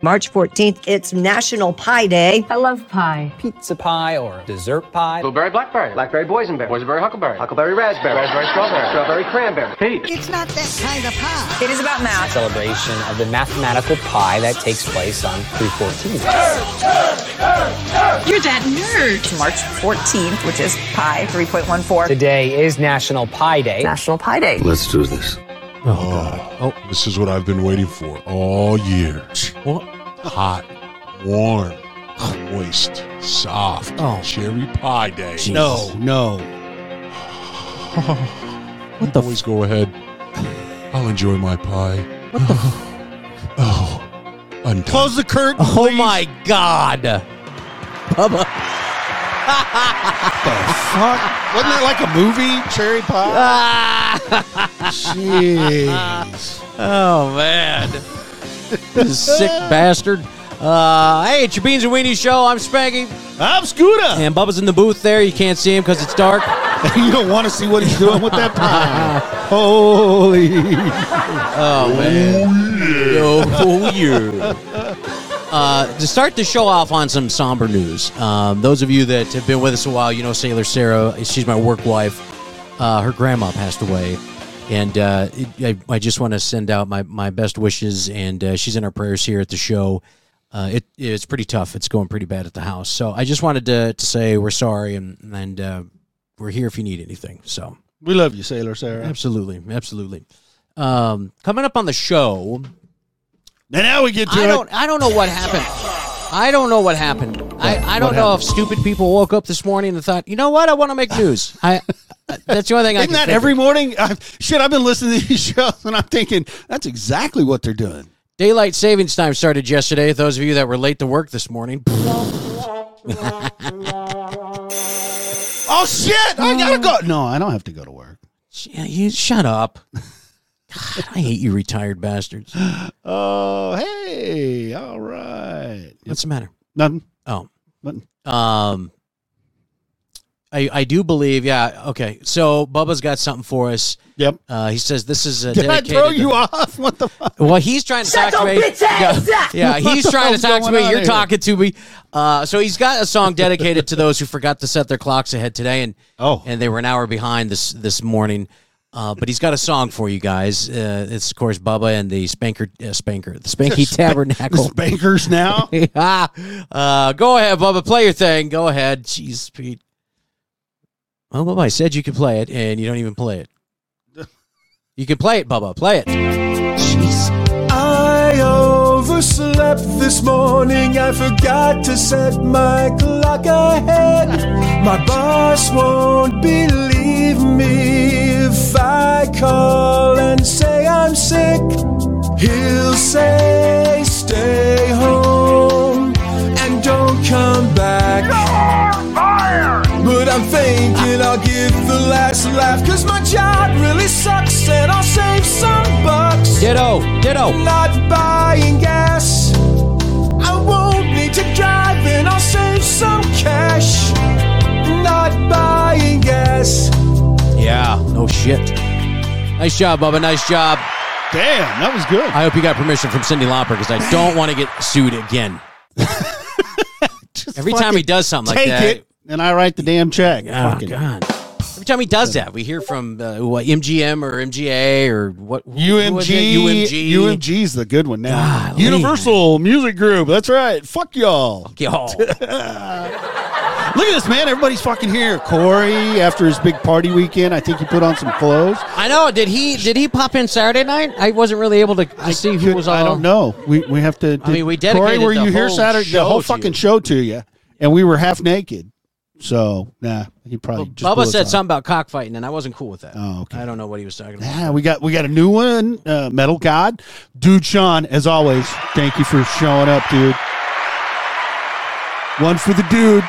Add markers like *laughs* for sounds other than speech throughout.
March 14th, it's National Pie Day. I love pie. Pizza pie or dessert pie. Blueberry, blackberry, blackberry, boysenberry, boysenberry, huckleberry, huckleberry, raspberry, raspberry, strawberry, strawberry, cranberry, peach. It's not that kind of pie. It is about math. Celebration of the mathematical pie that takes place on 314. You're that nerd. March 14th, which is pie 3.14. Today is National Pie Day. National Pie Day. Let's do this. Oh, this is what I've been waiting for all year. What? Hot, warm, moist, soft, Oh. cherry pie day. No, no. what the? Always go ahead. I'll enjoy my pie. What the? oh, I'm done. Close *laughs* the curtain. Oh my God. *laughs* Fuck. Wasn't that like a movie? Ah. Cherry pie. Jeez. Oh man, this sick bastard. Uh, hey, it's your Beans and Weenie show. I'm Spanky, I'm Scooter. and Bubba's in the booth there. You can't see him because *laughs* it's dark. you don't want to see what he's doing with that *laughs* pie. Holy! Oh man! Oh yeah! Uh, to start the show off on some somber news, um, those of you that have been with us a while, you know Sailor Sarah. She's my work wife. Uh, her grandma passed away, and uh, it, I, I just want to send out my, my best wishes. And uh, she's in our prayers here at the show. Uh, it it's pretty tough. It's going pretty bad at the house. So I just wanted to, to say we're sorry, and and uh, we're here if you need anything. So. We love you, Sailor Sarah. Absolutely, absolutely. Um, coming up on the show, And now we get to I it. don't, I don't know what happened. I don't know what happened. I, I don't know if stupid people woke up this morning and thought, you know what, I want to make news. I uh, that's the only thing. I Isn't can that think of. every morning? *laughs* i shit, I've been listening to these *laughs* shows and I'm thinking that's exactly what they're doing. daylight savings time started yesterday? Those of you that were late to work this morning, *laughs* Oh shit! I gotta go. No, I don't have to go to work. yeah, you shut up. *laughs* God, I hate you, retired bastards. Oh hey, all right. What's the matter? Nothing. Oh, Nothing. Um, I I do believe, yeah. Okay, so Bubba's got something for us. Yep. Uh, he says this is a Did I dedicated. throw you off? *laughs* What the fuck? Well, he's trying to Shut talk to your me. bitch ass *laughs* yeah, up. yeah, he's the trying to hell's talk to going me. on You're here? talking to me. Uh, so he's got a song dedicated to those who forgot to set their clocks ahead today, and Oh. and they were an hour behind this this morning. Uh, but he's got a song for you guys. Uh, it's of course Bubba and the Spanker uh, Spanker, *laughs* the Spanky Tabernacle. Bankers now. Ah, uh, go ahead, Bubba, play your thing. Go ahead. Jeez, Pete. Well, Bubba, I said you could play it, and you don't even play it. You can play it, Bubba. Play it. Jeez. I overslept this morning. I forgot to set my clock ahead. My boss won't believe me if I call and say I'm sick. He'll say, Stay home and don't come back. But I'm thinking I'll give the last laugh, cause my job really sucks and I'll save some bucks Ditto. Ditto. not buying gas. I won't need to drive and I'll save some cash. Not buying gas. Yeah. No shit. Nice job, Bubba. Nice job. Damn, that was good. I hope you got permission from Cindy Lauper because I don't want to get *laughs* sued again. Every time he does something like Take that, it, and I write the damn check. Oh, Fucking- God. Every time he does that, we hear from uh, what, MGM or MGA or what? who was it? UMG, UMG. UMG's the good one now. Golly. Universal Music Group. That's right. Fuck y'all. *laughs* Yo. Look at this, man. Everybody's fucking here. Corey, after his big party weekend, I think he put on some clothes. I know. Did he did he pop in Saturday night? I wasn't really able to, to see who Good- was all. I don't know. We we have to. I mean, Corey, we dedicated were the you here whole Saturday? The show whole to fucking you. show to you, and we were half naked. So nah, he probably just blew Bubba us said off. something about cockfighting, and I wasn't cool with that. Oh, okay. I don't know what he was talking about. Yeah, we got we got a new one. Uh, Metal God, dude, Sean. As always, thank you for showing up, dude. One for the dude.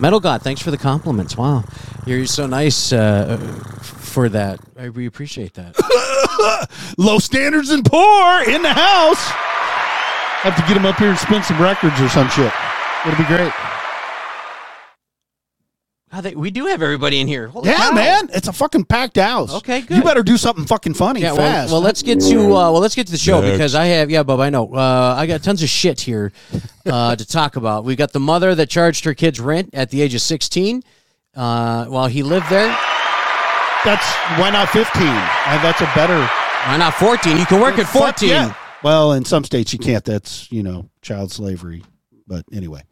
Metal God, thanks for the compliments. Wow, you're so nice uh, for that. I, we appreciate *laughs* that. Low standards and poor in the house. Have to get him up here and spin some records or some shit. It'll be great. Wow, they, we do have everybody in here. Holy Yeah, cow. man, it's a fucking packed house. Okay, You good. better do something fucking funny Yeah, well, fast. well, let's get to uh, well, let's get to the show Next. because I have yeah, Bub, I know uh, I got tons of shit here uh, to talk about. We got the mother that charged her kids rent at the age of sixteen uh, while he lived there. that's why not fifteen? Uh, that's a better Why not fourteen? You can work at Fuck fourteen. yeah. Well, in some states you can't. That's you know child slavery. But anyway,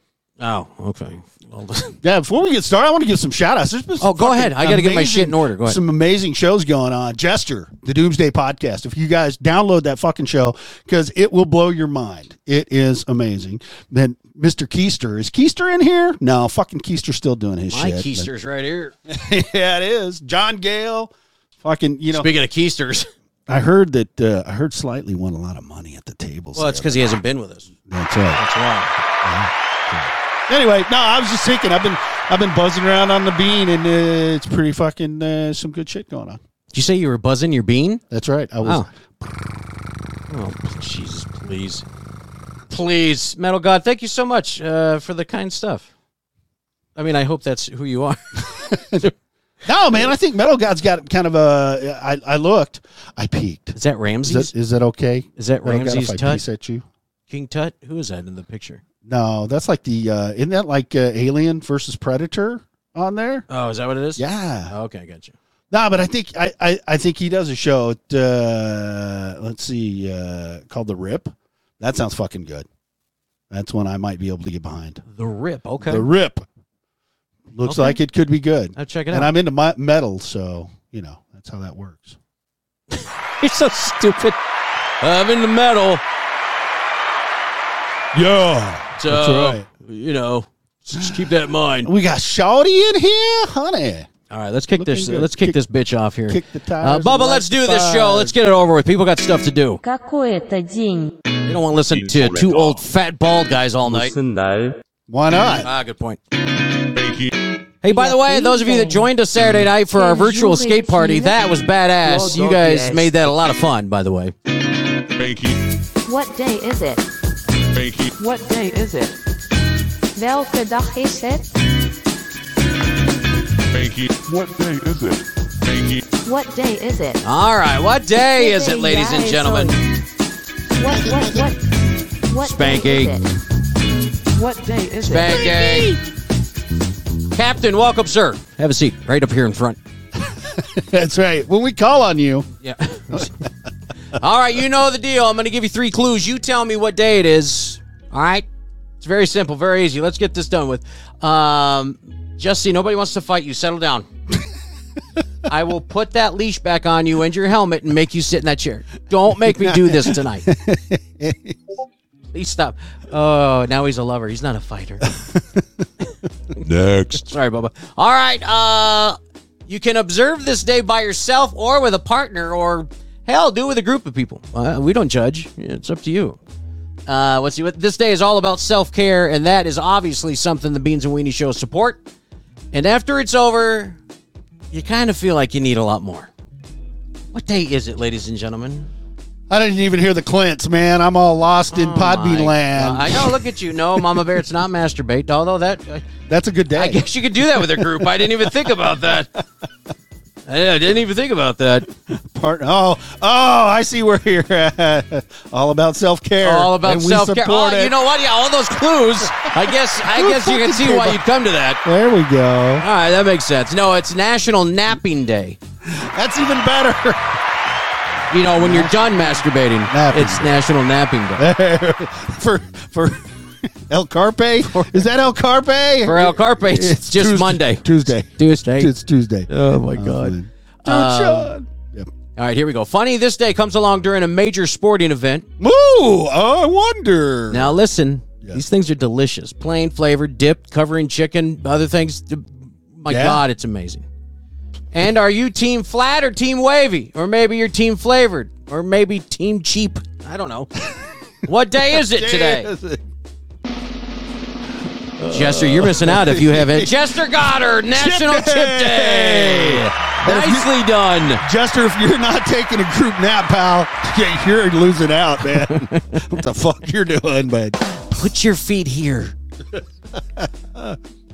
Oh, okay. Well, *laughs* yeah. Before we get started, I want to give some shout outs. There's been some Oh, go fucking ahead. I gotta get my amazing- shit in order. Go ahead. Some amazing shows going on. Jester, the Doomsday Podcast. If you guys download that fucking show, because it will blow your mind. It is amazing. Then Mr. Keister is Keister in here? No, fucking Keister's still doing his my shit. keisters right here. but- *laughs* yeah, it is. John Gale. Fucking, you know, Speaking of keisters, I heard that uh, I heard Slightly won a lot of money at the tables. well, it's because he hasn't been with us. that's right. That's why. Anyway, no, I was just thinking. I've been I've been buzzing around on the bean, and uh, it's pretty fucking uh, some good shit going on. Did you say you were buzzing your bean? That's right. I was. Oh. Oh, Jesus, please. Please. Metal God, thank you so much uh, for the kind stuff. I mean, I hope that's who you are. *laughs* No, man, I think Metal God's got kind of a. I, I looked. I peeked. Is that Is Ramses? that, is that okay? Is that Metal God, Ramsey's if I tut? piece at you? King Tut? Who is that in the picture? No, that's like the. Uh, isn't that like uh, Alien versus Predator on there? Oh, is that what it is? Yeah. Oh, okay, I got you. No, but I think I, I, I think he does a show. At, uh, let's see, uh, called the Rip. That sounds fucking good. That's one I might be able to get behind. The Rip. Okay. The Rip looks Okay. like it could be good. I'll check it and out. I'm into my metal, so you know that's how that works. *laughs* You're so stupid. I'm in the metal. Yeah, So, That's right. you know, just keep that in mind. we got Shawty in here, honey. All right, let's kick Looking this. good. Let's kick, Kick- this bitch off here. kick the Uh, tires and Bubba, light let's the do this show. fires. Let's get it over with. People got stuff to do. Какой это день? They don't want to listen to two old fat bald guys all night. Why *laughs* not? Ah, good point. Hey, by the way, those of you that joined us Saturday Mm-hmm. night for our virtual skate party, that was badass. You guys made that a lot of fun, by the way. What day is it? What day is it? Welke dag is het? What day is it? What day is it? All right, what day is it, ladies and gentlemen? What what what? What day Spanking. is it? What day is it? Bang gang. Captain, welcome, sir. Have a seat right up here in front. That's right. When we call on you, Yeah. *laughs* all right, you know the deal. I'm going to give you three clues. You tell me what day it is. All right? It's very simple, very easy. Let's get this done with. Um, just see, nobody wants to fight you. Settle down. I will put that leash back on you and your helmet and make you sit in that chair. Don't make me do this tonight. Please stop. Oh, now he's a lover. He's not a fighter. Next. Sorry, Bubba. All right. Uh, you can observe this day by yourself or with a partner, or hell, do it with a group of people. Uh, we don't judge. It's up to you. Uh, let's see. What this day is all about self care, and that is obviously something the Beans and Weenie Show support. And after it's over, you kind of feel like you need a lot more. What day is it, ladies and gentlemen? I didn't even hear the Clints, man. I'm all lost in Podbean Oh My land. God. I know. Look at you. No, Mama Bear, it's *laughs* not masturbate. Although that. uh, That's a good day. I guess you could do that with a group. I didn't even think about that. I I didn't even think about that. *laughs* Part- oh, oh, I see where you're at. all about self care. All about self care. Oh, you know what? Yeah, all those clues. I guess. I Who guess you can fucking see cares why about- you'd come to that. There we go. All right, that makes sense. No, it's National Napping Day. That's even better. *laughs* You know, when you're done masturbating, Napping it's National Napping Day. for for *laughs* El Carpe. Is that El Carpe? For El Carpe, it's, It's just Tuesday- Monday. Tuesday. Tuesday. It's Tuesday. Uh, Oh my God. man. Yep. All right, here we go. Funny, this day comes along during a major sporting event. Ooh, I wonder. Now listen, these things are delicious. Plain flavored, dipped, covering chicken, other things. My Yeah. God, it's amazing. And are you team flat or team wavy? Or maybe you're team flavored? Or maybe team cheap? I don't know. what day is it *laughs* today? Jester, you're missing out if you haven't. Jester Goddard, National Chip Day! Day. And if you- Nicely done. Jester, if you're not taking a group nap, pal, *laughs* yeah, you're losing out, *laughs* man. what the fuck you're doing, but Put your feet here.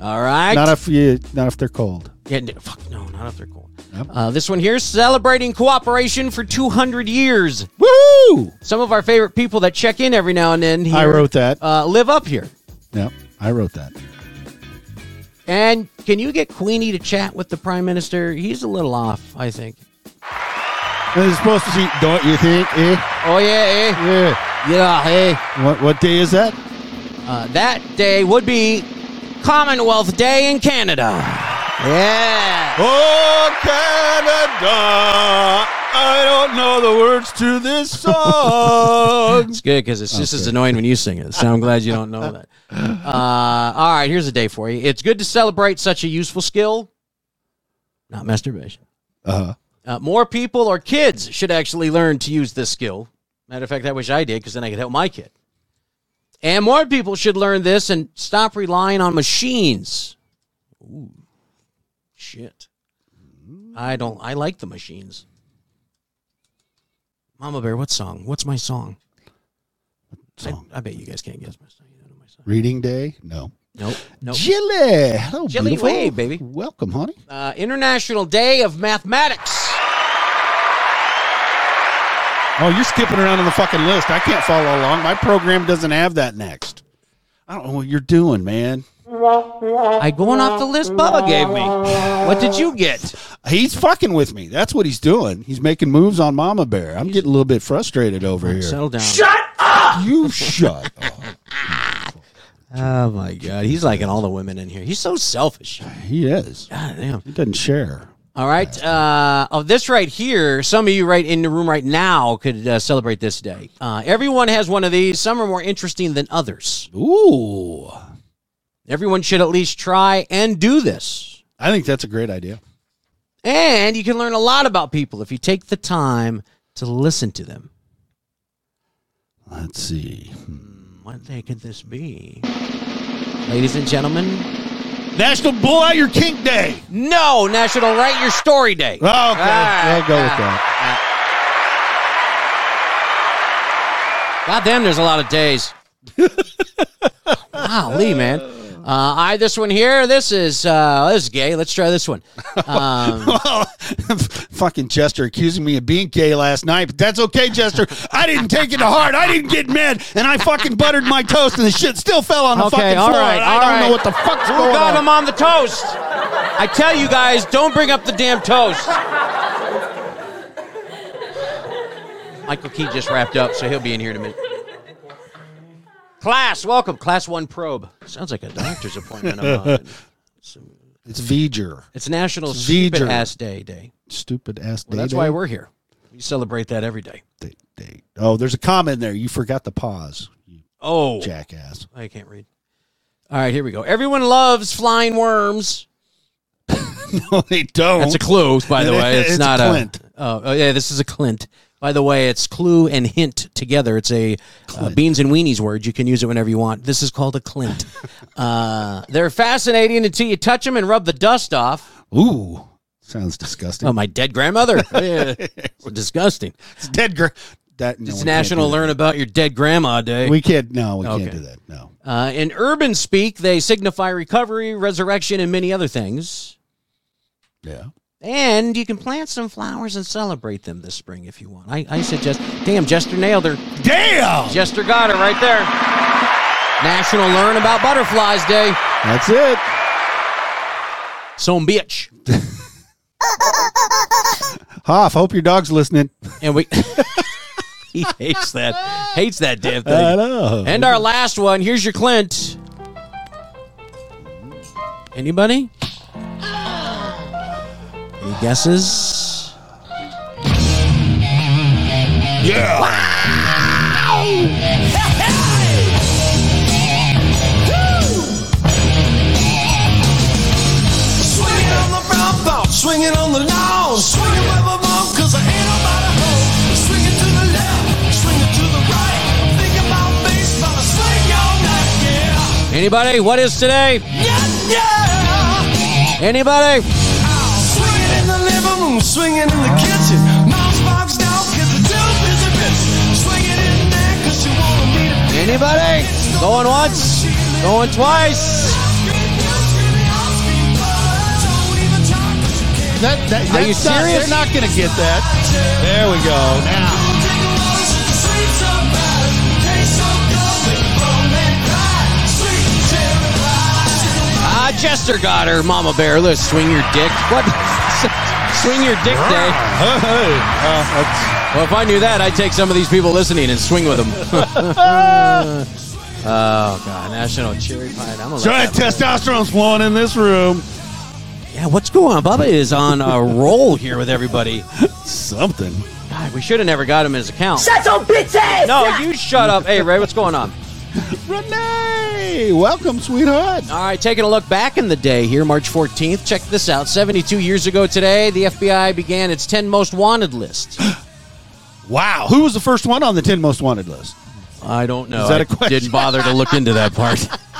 All right. Not if you, not if they're cold. Yeah, n- fuck no, not if they're cold. Yep. Uh, this one here, celebrating cooperation for 200 years. Woo! Some of our favorite people that check in every now and then here, I wrote that. uh, live up here. Yep, I wrote that. And can you get Queenie to chat with the prime minister? He's a little off, I think. And it's supposed to be, don't you think? Eh? Oh yeah, eh? Yeah. yeah, eh? What what day is that? Uh, that day would be Commonwealth Day in Canada. Yeah. Oh, Canada! I don't know the words to this song. It's good because it's just as annoying when you sing it. So I'm glad you don't know that. Uh, all right, here's a day for you. It's good to celebrate such a useful skill, not masturbation. Uh-huh. Uh, more people or kids should actually learn to use this skill. Matter of fact, I wish I did because then I could help my kid. And more people should learn this and stop relying on machines. Ooh, shit. I don't. I like the machines. Mama Bear, what song? What's my song? Song. I, I bet you guys can't guess my song. You don't know my song. *laughs* Reading day? No. Nope. Nope. Jilly. Hello, Jilly beautiful. way, baby. Welcome, honey. Uh, International Day of Mathematics. Oh, you're skipping around on the fucking list. I can't follow along. My program doesn't have that next. I don't know what you're doing, man. I going off the list Bubba gave me. What did you get? He's fucking with me. That's what he's doing. He's making moves on Mama Bear. I'm getting a little bit frustrated over here. Settle down. you shut up. Oh my God, he's liking all the women in here. He's so selfish. He is. God damn. He doesn't share. All right. Uh, of this right here, some of you right in the room right now could uh, celebrate this day. Uh, everyone has one of these. Some are more interesting than others. Ooh. Everyone should at least try and do this. I think that's a great idea. And you can learn a lot about people if you take the time to listen to them. Let's see. What day could this be? Ladies and gentlemen, National Bull Out Your Kink Day. no National Write Your Story Day. Oh, okay. Ah. I'll go with that. God damn, there's a lot of days. wow, Lee, man. Uh, I this one here. This is uh, this is gay. Let's try this one. Um, *laughs* Fucking Chester accusing me of being gay last night, but that's okay, Chester. I didn't take it to heart. I didn't get mad, and I fucking buttered my toast, and the shit still fell on the okay, fucking all floor. right, and I all don't right. know what the fuck's Who going got on. him on the toast? I tell you guys, don't bring up the damn toast. Michael Key just wrapped up, so he'll be in here in a minute. Class, welcome. Class one probe. Sounds like a doctor's appointment. I'm *laughs* on. It's V'ger. It's National It's Stupid V'ger. Ass Day Day. Stupid ass Well, day that's day. why we're here. We celebrate that every day. Day- day. Oh, there's a comment there. You forgot the pause, you Oh, jackass. *laughs* I can't read. All right, here we go. Everyone loves flying worms. No, they don't. That's a clue, by the way. It's, It's a not Clint. Oh, oh, yeah, this is a Clint. By the way, it's clue and hint together. It's a uh, beans and weenies word. You can use it whenever you want. This is called *laughs* a Clint. uh, they're fascinating until you touch them and rub the dust off. Ooh, sounds disgusting. Oh, my *laughs* dead grandmother. Yeah, it's disgusting. it's dead. Gr- that no, we It's can't National do that. Learn About Your Dead Grandma Day. We can't. No, we can't Okay. do that. No. Uh, in urban speak, they signify recovery, resurrection, and many other things. Yeah. And you can plant some flowers and celebrate them this spring if you want. I, I suggest. Damn, Jester nailed her. Damn. Jester got her right there. National Learn About Butterflies Day. That's it. Some bitch. Hoff, hope your dog's listening. And we. *laughs* he hates that. Hates that damn thing. know. And our last one. Here's your Clint. Anybody? Any guesses? Swinging on the brown ball, swinging on the lawn, swinging by my mom, cause I ain't nobody home. Swinging to the left, swinging to the right, thinking about baseball, I swing all night, yeah, Anybody? What is today? yeah, yeah. Anybody? Swinging in the living room, swinging in the kitchen, mom's boxed out, cause the too busy bitch. Swinging in there, cause she wanted me to be Anybody? Going once? Going twice? screaming, screaming, that, that, Are you that's not- serious? They're not going to get that. There we go. Now, Ah, Jester got her, Mama Bear. Let's swing your dick. What? *laughs* swing your dick day. well, if I knew that, I'd take some of these people listening and swing with them. *laughs* oh God, National Cherry Pie. I'm gonna so that let that- testosterone's flowing in this room. yeah, what's going on? Bubba is on a roll here with everybody. Something. God, we should have never got him his account. Shut your bitch ass! no, up! you shut up. Hey, Ray, what's going on? Renee, welcome, sweetheart. All right, taking a look back in the day here, March 14th. Check this out. 72 years ago today, the FBI began its 10 most *gasps* wanted list. Wow, who was the first one on the ten most wanted list? I don't know. Is that a I question? Didn't bother to look into *laughs* that part. *laughs*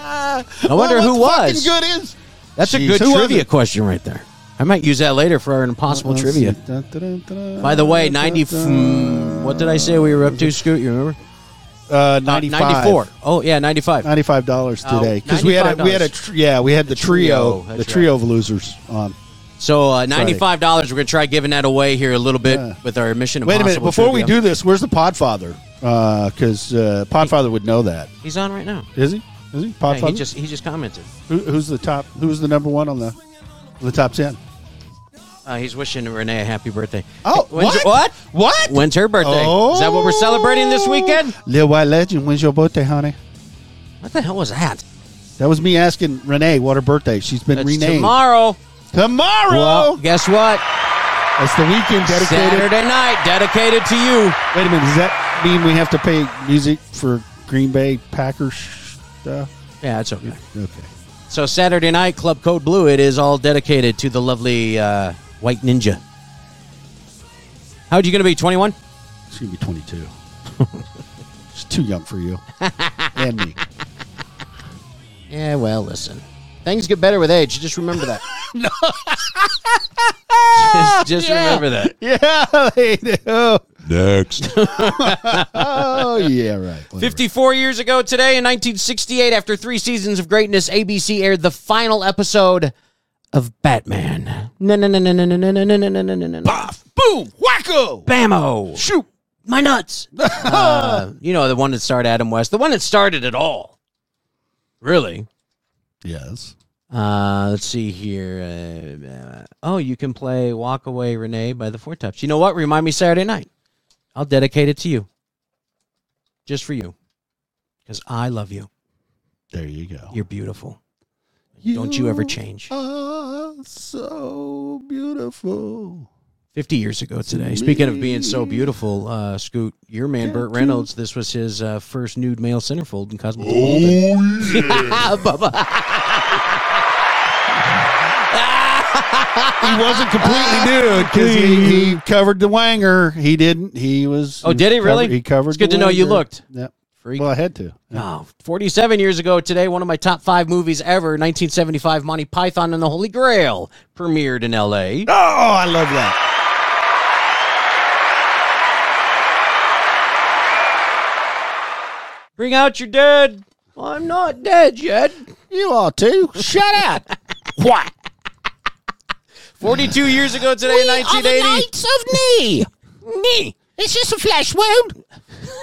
I wonder Well, who what's was. Fucking good is That's Jeez, a good who was trivia it? question right there. I might use that later for our impossible trivia. By the way, 90. f- what did I say we were up to, Scoot? You remember? uh, 95. 94. Oh, yeah, 95. Ninety-five dollars Oh, today because we had a, we had a $95. tr- yeah we had the, trio, trio, that's the trio of losers on. So uh, $95. We're going to try giving that away here a little bit with our Mission Wait a Impossible minute, before we trivia. do this, where's the Podfather? Because uh, Podfather would know that, He's on right now. is he? Is he Hey, Podfather? he just he just commented. Who, who's the top? Who's the number one on the the top ten? Uh, he's wishing Renee a happy birthday. Oh, When's- what? what? What? Oh. When's her birthday? Is that what we're celebrating this weekend? Lil White Legend, when's your birthday, honey? What the hell was that? That was me asking Renee what her birthday. She's been It's renamed tomorrow. Tomorrow! Well, guess what? it's the weekend dedicated. Saturday night, dedicated to you. Wait a minute, does that mean we have to pay music for Green Bay Packers stuff? Yeah, it's okay. Okay. So Saturday night, Club Code Blue. It is all dedicated to the lovely uh, White Ninja. How old you going to be? Twenty-one. It's gonna be *laughs* 22. She's too young for *laughs* you and me. Yeah. Well, listen. Things get better with age. Just remember *laughs* that. just just remember that. Yeah, they do. *laughs* Next. Oh yeah, *laughs* right. Whatever. 54 years ago today in 1968, after three seasons of greatness, ABC aired the final episode of Batman. No, no, no, no, no, no, no, no, no, no, no, no, no, no. Off. Boom. Wacko. Bammo. Shoot. My nuts. *laughs* Uh, you know, the one that starred Adam West, the one that started it all. Really? Yes. Uh, let's see here. Uh, uh, oh, you can play Walk Away Renee by the Four Tops. You know what? Remind me Saturday night. I'll dedicate it to you. Just for you. Because I love you. There you go. You're beautiful. Don't you ever change. Are so beautiful. 50 years ago today. Speaking of being so beautiful, uh, Scoot, your man, Burt Reynolds, this was his uh, first nude male centerfold in *laughs* Cosmopolitan. Oh, *laughs* yeah. He wasn't completely nude because he, he covered the wanger. He didn't. He was. Oh, did he really? He covered. It's good the to know you wanger. looked. Yep. Freak. Well, I had to. Oh, 47 years ago today, one of my top five movies ever, 1975, Monty Python and the Holy Grail, premiered in L.A. Oh, I love that. Bring out your dead. I'm not dead yet. You are *laughs* too. Shut up. 42 years ago today, in 1980. It's just a flesh wound.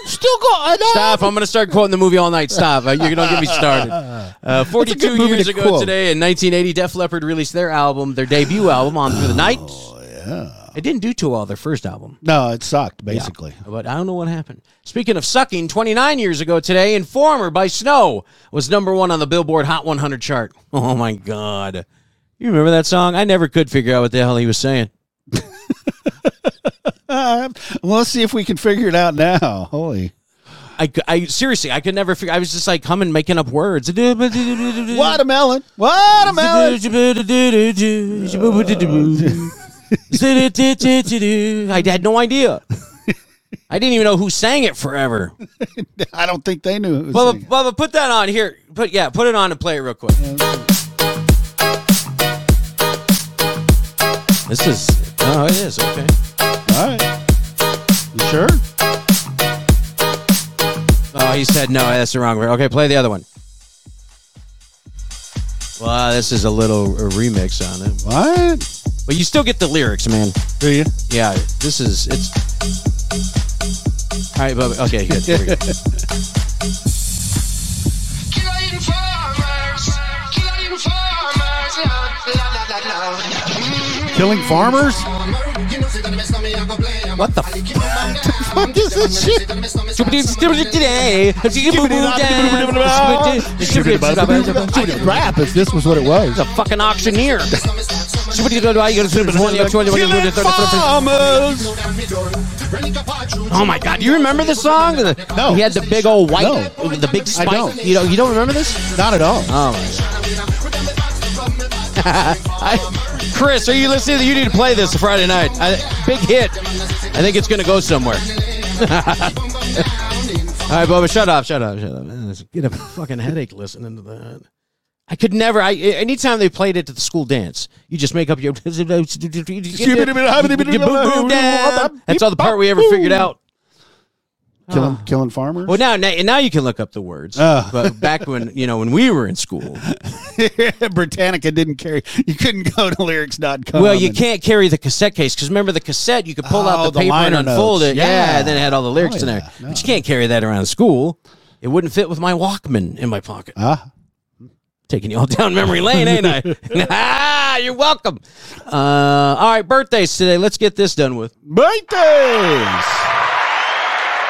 Still got an Stop. I'm going to start quoting the movie all night. Stop. Uh, You're going to get *laughs* me started. Uh, 42 movie years to ago quote. today, in 1980, Def Leppard released their album, their debut album, On Through the Night. Oh, yeah. It didn't do too well, their first album. No, it sucked basically. But I don't know what happened. Speaking of sucking, 29 years ago today, Informer by Snow was number one on the Billboard Hot 100 chart. *laughs* Oh my God. You remember that song? I never could figure out what the hell he was saying. Uh, well, let's see if we can figure it out now. Holy. I, cou- I seriously, I could never figure. I was just like humming, making up words. *laughs* What Watermelon. Watermelon. I had no idea. I didn't even know who sang it forever. I don't think they knew. It was Bubba, singing. Bubba, put that on here. Put yeah, put it on and play it real quick. This is oh, it is okay. All right. You sure? Oh, he said no. That's the wrong word. Okay, play the other one. Well, this is a little uh remix on it. What? But you still get the lyrics, man. Do you? Yeah, this is it's. All right, but okay, good. Here we go. Killing farmers? *laughs* What the What is this shit? fucking Rap if this was what it was. auctioneer. Killing farmers. Oh my god, do you remember the song? No. He had the big old white, No. the big I spike. don't. You know, you don't remember this? Not at all. Oh. I, *laughs* Chris, are you listening? You need to play this Friday night. I, big hit. I think it's going to go somewhere. *laughs* All right, Bubba, shut up, shut up, shut up. Man, I Get a fucking headache listening to that. I could never. I anytime they played it at the school dance, you just make up your. *laughs* That's all the part we ever figured out. Killing, killing farmers? Well, now, now, now you can look up the words. Oh. But back when you know when we were in school, *laughs* *laughs* Britannica didn't carry. You couldn't go to lyrics.com. Well, Um, you and- can't carry the cassette case because remember the cassette you could pull Oh, out the, the paper and liner notes. unfold it. Yeah. Yeah. and then it had all the lyrics Oh, in there. yeah. No. But you can't carry that around school. It wouldn't fit with my Walkman in my pocket. Ah. Taking you all *laughs* down memory lane, ain't *laughs* I? ah, you're welcome. Uh, all right, birthdays today. Let's get this done with. Birthdays!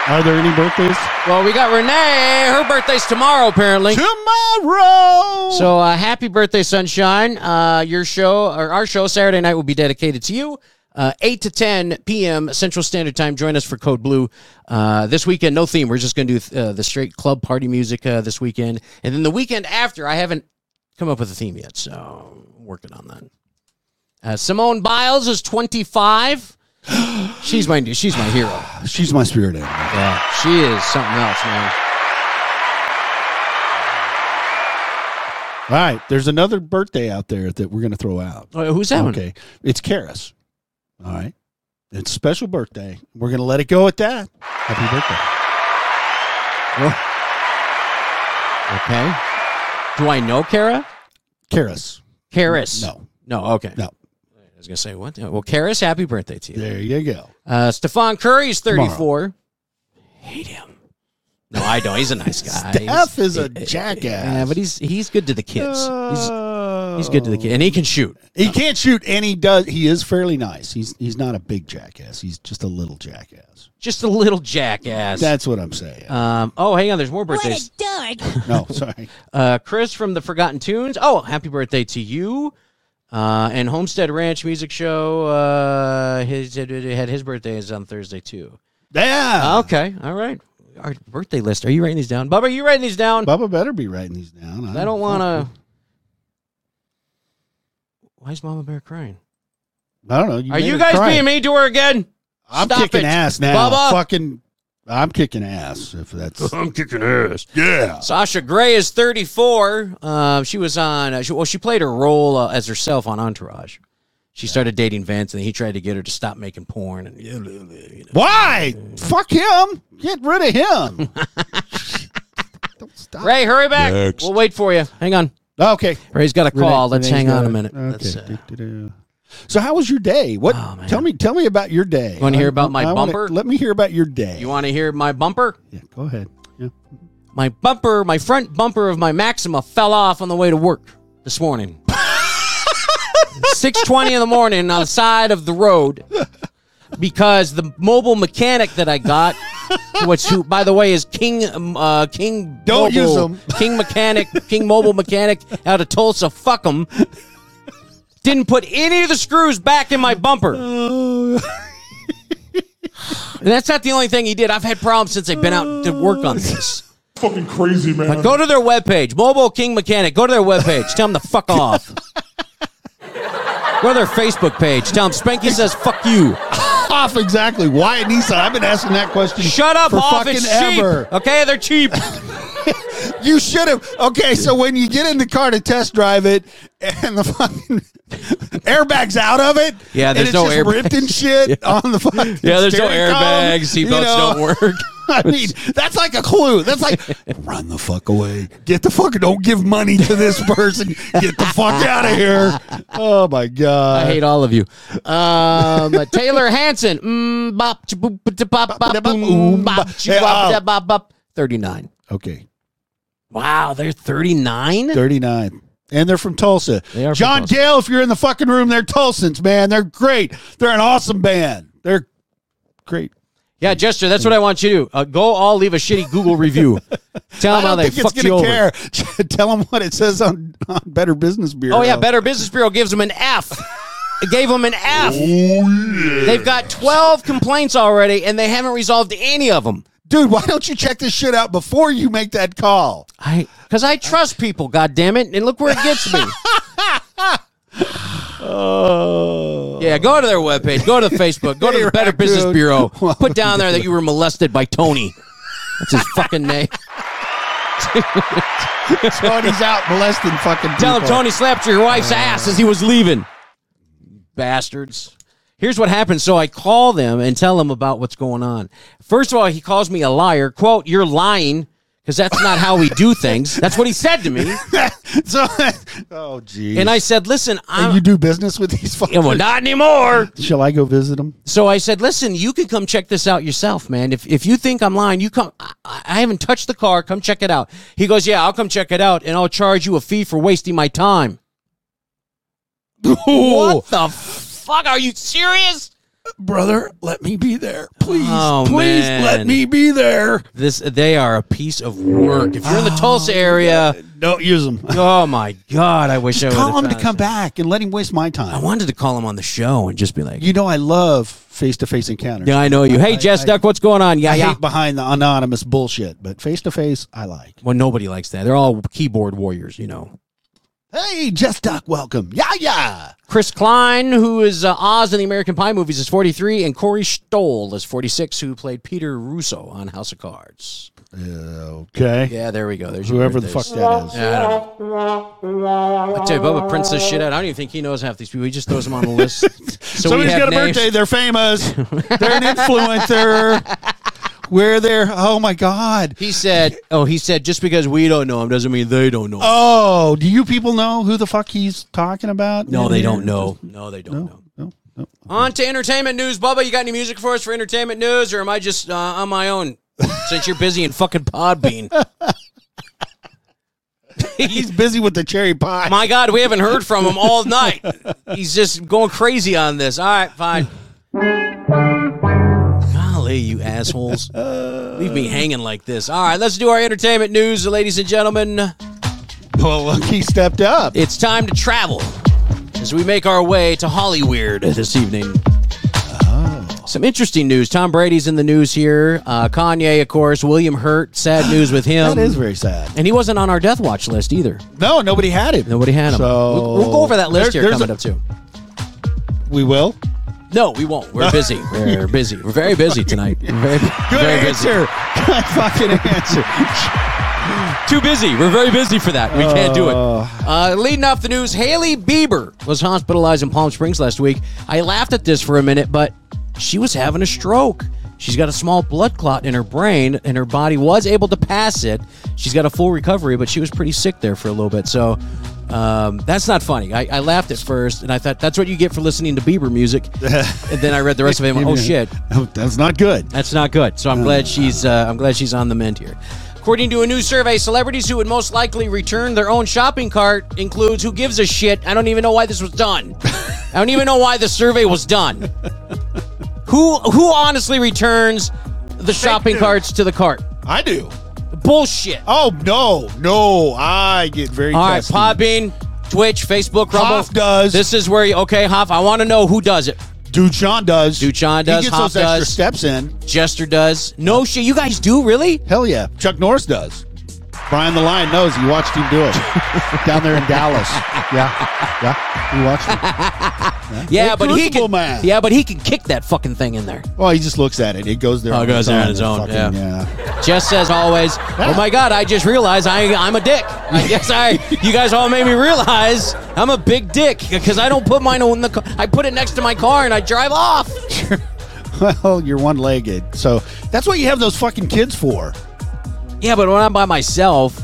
Are there any birthdays? Well, we got Renee. Her birthday's tomorrow, apparently. Tomorrow! So uh, happy birthday, sunshine! Uh, your show or our show Saturday night will be dedicated to you. Uh, 8 to 10 p.m. Central Standard Time. Join us for Code Blue. Uh, this weekend, no theme. We're just going to do uh, the straight club party music uh, this weekend. And then the weekend after, I haven't come up with a theme yet, so I'm working on that. Uh, Simone Biles is 25. she's my she's my hero. She's my spirit animal. Yeah, she is something else, man. All right. There's another birthday out there that we're going to throw out. Oh, who's that one? Okay. It's Karis. All right. It's a special birthday. We're going to let it go at that. Happy birthday. Okay. Do I know Kara? Karis. Karis. No. No, okay. No. I was going to say, what? Well, Karis, happy birthday to you. There you go. Uh, Stefan Curry is Tomorrow. 34. Hate him. No, I don't. He's a nice guy. *laughs* Steph He's- is a eh, eh, jackass. Yeah, but he's he's good to the kids. He's, he's good to the Oh. kids. And he can shoot. He can't shoot, and he does. He is fairly nice. He's he's not a big jackass. He's just a little jackass. Just a little jackass. That's what I'm saying. um, oh, hang on. There's more What birthdays. a dork. no, *laughs* sorry. Uh, Chris from the Forgotten Tunes. Oh, happy birthday to you. Uh, and Homestead Ranch Music Show. Uh, his had his birthday is on Thursday too. Yeah, Oh, Okay, all right. Our birthday list. Are you writing these down, Bubba? Are you writing these down? Bubba better be writing these down. I don't want to. Why is Mama Bear crying? I don't know. You Are made you her guys cry. being mean to her again? I'm Stop kicking it, ass now. Bubba. Fucking, I'm kicking ass. If that's I'm kicking ass. Yeah. Sasha Grey is 34. Um, she was on. Uh, she, well, she played her role uh, as herself on Entourage. She started dating Vince, and he tried to get her to stop making porn. And you know. Why? Fuck him. Get rid of *laughs* him. don't stop. Ray, hurry back. Next. We'll wait for you. Hang on. Okay. Ray's got a call. Renee- Let's Renee's hang on a got minute. Let's, Okay. uh, Do-do-do. So how was your day? What? Oh, man. tell me. Tell me about your day. wanna hear I- about my I wanna- bumper? let me hear about your day. you want to hear my bumper? yeah. Go ahead. Yeah. My bumper, my front bumper of my Maxima fell off on the way to work *laughs* this morning. 6:20 in the morning on the side of the road because the mobile mechanic that I got which who by the way is King um, uh, King Don't Mobile- use 'em. King Mechanic King Mobile Mechanic out of Tulsa fuck him didn't put any of the screws back in *laughs* my bumper. and that's not the only thing he did. I've had problems since I've been out to work on this. Fucking crazy, man. Go to their webpage, Mobile King Mechanic. Go to their webpage. Tell them to fuck off. Go to their Facebook page. Tell them Spanky says fuck you. Off exactly. Why Nissan? I've been asking that question. Shut up, for off. fucking It's cheap. ever. Okay, they're cheap. You should have. Okay, so when you get in the car to test drive it, and the fucking *laughs* airbags out of it, Yeah, and there's it's no just airbags. *laughs* ripped and shit on the fucking Yeah, there's no steering column, airbags. you Seatbelts know. don't work. *laughs* I mean, that's like a clue. That's like, run the fuck away. Get the fuck. Don't give money to this person. Get the fuck out of here. *laughs* Oh my I god. hate all of you. Um, Taylor Hanson. Mm, bop, cha, boop, ba, da, bop, bop, boom, bop, choo, bop, da, bop, bop. 39. okay, Wow, they're 39? thirty nine. And they're from Tulsa. They are from John Tulsa. Gale, if you're in the fucking room, they're Tulsans, man. They're great. They're an awesome band. They're great. Yeah, Jester, that's what I want you to do. Uh, go all leave a shitty Google review. Tell them I how don't they think it's fucked you gonna over. care. *laughs* Tell them what it says on, on Better Business Bureau. Oh yeah, Better Business Bureau gives them an F. It gave them an F. They've got 12 complaints already, and they haven't resolved any of them. dude. Why don't you check this shit out before you make that call? I, because I trust people. God damn it! And look where it gets me. Oh, *laughs* Yeah, go to their webpage. Go to Facebook. *laughs* Go to the Better Business dude. Bureau. Put down there that you were molested by Tony. That's his fucking name. *laughs* Tony's out molesting fucking. Tell him people. Tony slapped your wife's ass as he was leaving. Bastards. Here's what happens. So I call them and tell them about what's going on. First of all, he calls me a liar. Quote, you're lying because that's not how we do things. That's what he said to me. *laughs* so, oh geez. And I said, listen, And I'm you do business with these *laughs* Yeah, well, fuckers. not anymore. Shall I go visit them? So I said, listen, you can come check this out yourself, man. If, if you think I'm lying, you come. I, I haven't touched the car. Come check it out. He goes, yeah, I'll come check it out and I'll charge you a fee for wasting my time. What the fuck? Are you serious? brother? Let me be there, please. Oh, Please man. let me be there. This they are a piece of work. If you're in the Tulsa area, Don't use them. *laughs* oh my god, I wish I would Call him to come back and let him waste my I time. wanted to call him on the show and just be like, You know I love face to face encounters. "Yeah, I know you. Hey, I- Jess I- Duck, what's going on? Yeah, I yeah." hate behind the anonymous bullshit, but face to face, I like. Well, nobody likes that. They're all keyboard warriors, you know. Hey, Jess Doc, welcome. Yeah, yeah. Chris Klein, who is uh, Oz in the American Pie movies, is 43, and Corey Stoll is 46, who played Peter Russo on House of Cards. Okay. Yeah, there we go. There's your Whoever the fuck birthdays. that is. Yeah, I don't know. I tell you, Bubba prints this shit out. I don't even think he knows half these people. He just throws them on the *laughs* list. So we Somebody's have got a names. birthday. They're famous. They're an *laughs* influencer. Where they're, oh my God. He said, "Oh, he said just because we don't know him doesn't mean they don't know." Him. Oh, do you people know who the fuck he's talking about? no, they Maybe don't you're- know. No, they don't know. No, no. On to entertainment news, Bubba. You got any music for us for entertainment news, or am I just uh, on my own since you're busy in *laughs* fucking Podbean? *laughs* He's busy with the cherry pie. My God, we haven't heard from him all night. He's just going crazy on this. All right, fine. Golly, you assholes. Leave me hanging like this. All right, let's do our entertainment news, ladies and gentlemen. well, look, he stepped up. It's time to travel as we make our way to Hollyweird this evening. Uh-huh. Some interesting news. Tom Brady's in the news here. Uh, Kanye, of course. William Hurt. Sad news with him. That is very sad. And he wasn't on our death watch list either. No, nobody had it. Nobody had him. So- we'll, we'll go over that list There- here there's coming a- up too. We will. No, we won't. We're busy. We're busy. We're very busy tonight. We're very, Good very answer. *laughs* Good fucking answer. busy. Too busy. We're very busy for that. We can't do it. Uh, leading off the news, Haley Bieber was hospitalized in Palm Springs last week. I laughed at this for a minute, but she was having a stroke. She's got a small blood clot in her brain, and her body was able to pass it. She's got a full recovery, but she was pretty sick there for a little bit. So um, that's not funny. I, I laughed at first, and I thought that's what you get for listening to Bieber music. and then I read the rest of it. And I went, *laughs* oh shit, Oh, That's not good. That's not good. So I'm glad she's uh, I'm glad she's on the mend here. According to a new survey, celebrities who would most likely return their own shopping cart includes who gives a shit. I don't even know why this was done. I don't even know why the survey was done. who who honestly returns the shopping news. carts to the cart? I do. Bullshit. Oh no, no! I get very. All right, testy. Podbean, Twitch, Facebook, Rumble. Hoff does. This is where you okay, Hoff? I want to know who does it. Duchan does. Duchan does, He gets Hop those extra does. steps in. Jester does. No shit. You guys do really? Hell yeah! Chuck Norris does. Brian the Lion knows. He watched him *laughs* do it down there in Dallas. Yeah, yeah. He watched. Him. Yeah, Hey, but he Crucible can. Man. Yeah, but he can kick that fucking thing in there. Well, he just looks at it. It goes there. Oh, it goes there on its own, Fucking- yeah. Jess says always, "Oh my God, I just realized I, I'm a dick." I guess I, you guys all made me realize I'm a big dick because I don't put mine on the. ca- I put it next to my car and I drive off. *laughs* Well, you're one legged. So that's what you have those fucking kids for. Yeah, but when I'm by myself.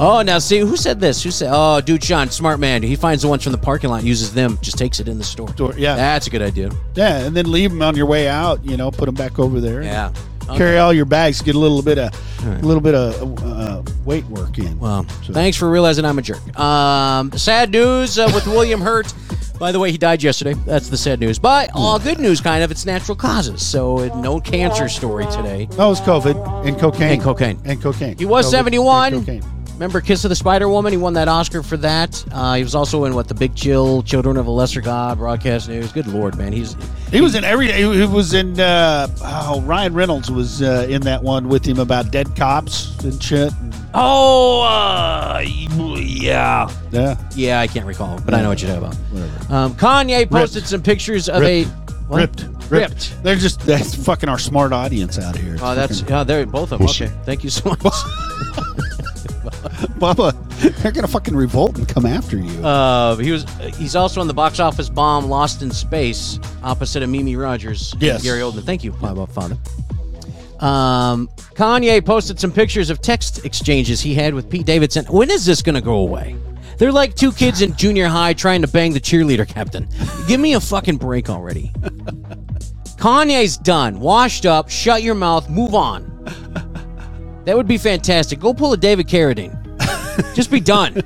Oh, now see who said this? Who said? Oh, dude, Sean, smart man. He finds the ones from the parking lot, uses them, just takes it in the store. Store, yeah. that's a good idea. Yeah, and then leave them on your way out. You know, put them back over there. Yeah. Okay. Carry all your bags. Get a little bit of, a little bit of uh, weight work in. Well, So- thanks for realizing I'm a jerk. Um, sad news uh, with William Hurt. By the way, he died yesterday. That's the sad news. But all Hmm. good news, kind of. It's natural causes. So it- no cancer story today. That was Oh, COVID and cocaine And cocaine. and cocaine. He was COVID and 71. cocaine. Remember Kiss of the Spider Woman? He won that Oscar for that. Uh, he was also in what The Big Chill, Children of a Lesser God, Broadcast News. Good lord, man. He's He was in every. He he was in. Uh, oh, Ryan Reynolds was uh, in that one with him about dead cops and shit. oh uh, yeah, Yeah, yeah. I can't recall, but I know what you're talking about. whatever. Um, Kanye posted some pictures of Ripped. a what? Ripped, ripped, Ripped. They're just that's fucking our smart audience out here. Oh, that's yeah. There, both of them. Okay, thank you so *laughs* much. *laughs* Baba. They're gonna fucking revolt and come after you. Uh, he was. He's also in the box office bomb Lost in Space, opposite of Mimi Rogers. and Yes. Gary Oldman. Thank you, Pablo Fonda. Um, Kanye posted some pictures of text exchanges he had with Pete Davidson. When is this going to go away? They're like two kids in junior high trying to bang the cheerleader captain. Give me a fucking break already. Kanye's done, washed up. Shut your mouth. Move on. That would be fantastic. Go pull a David Carradine. Just be done.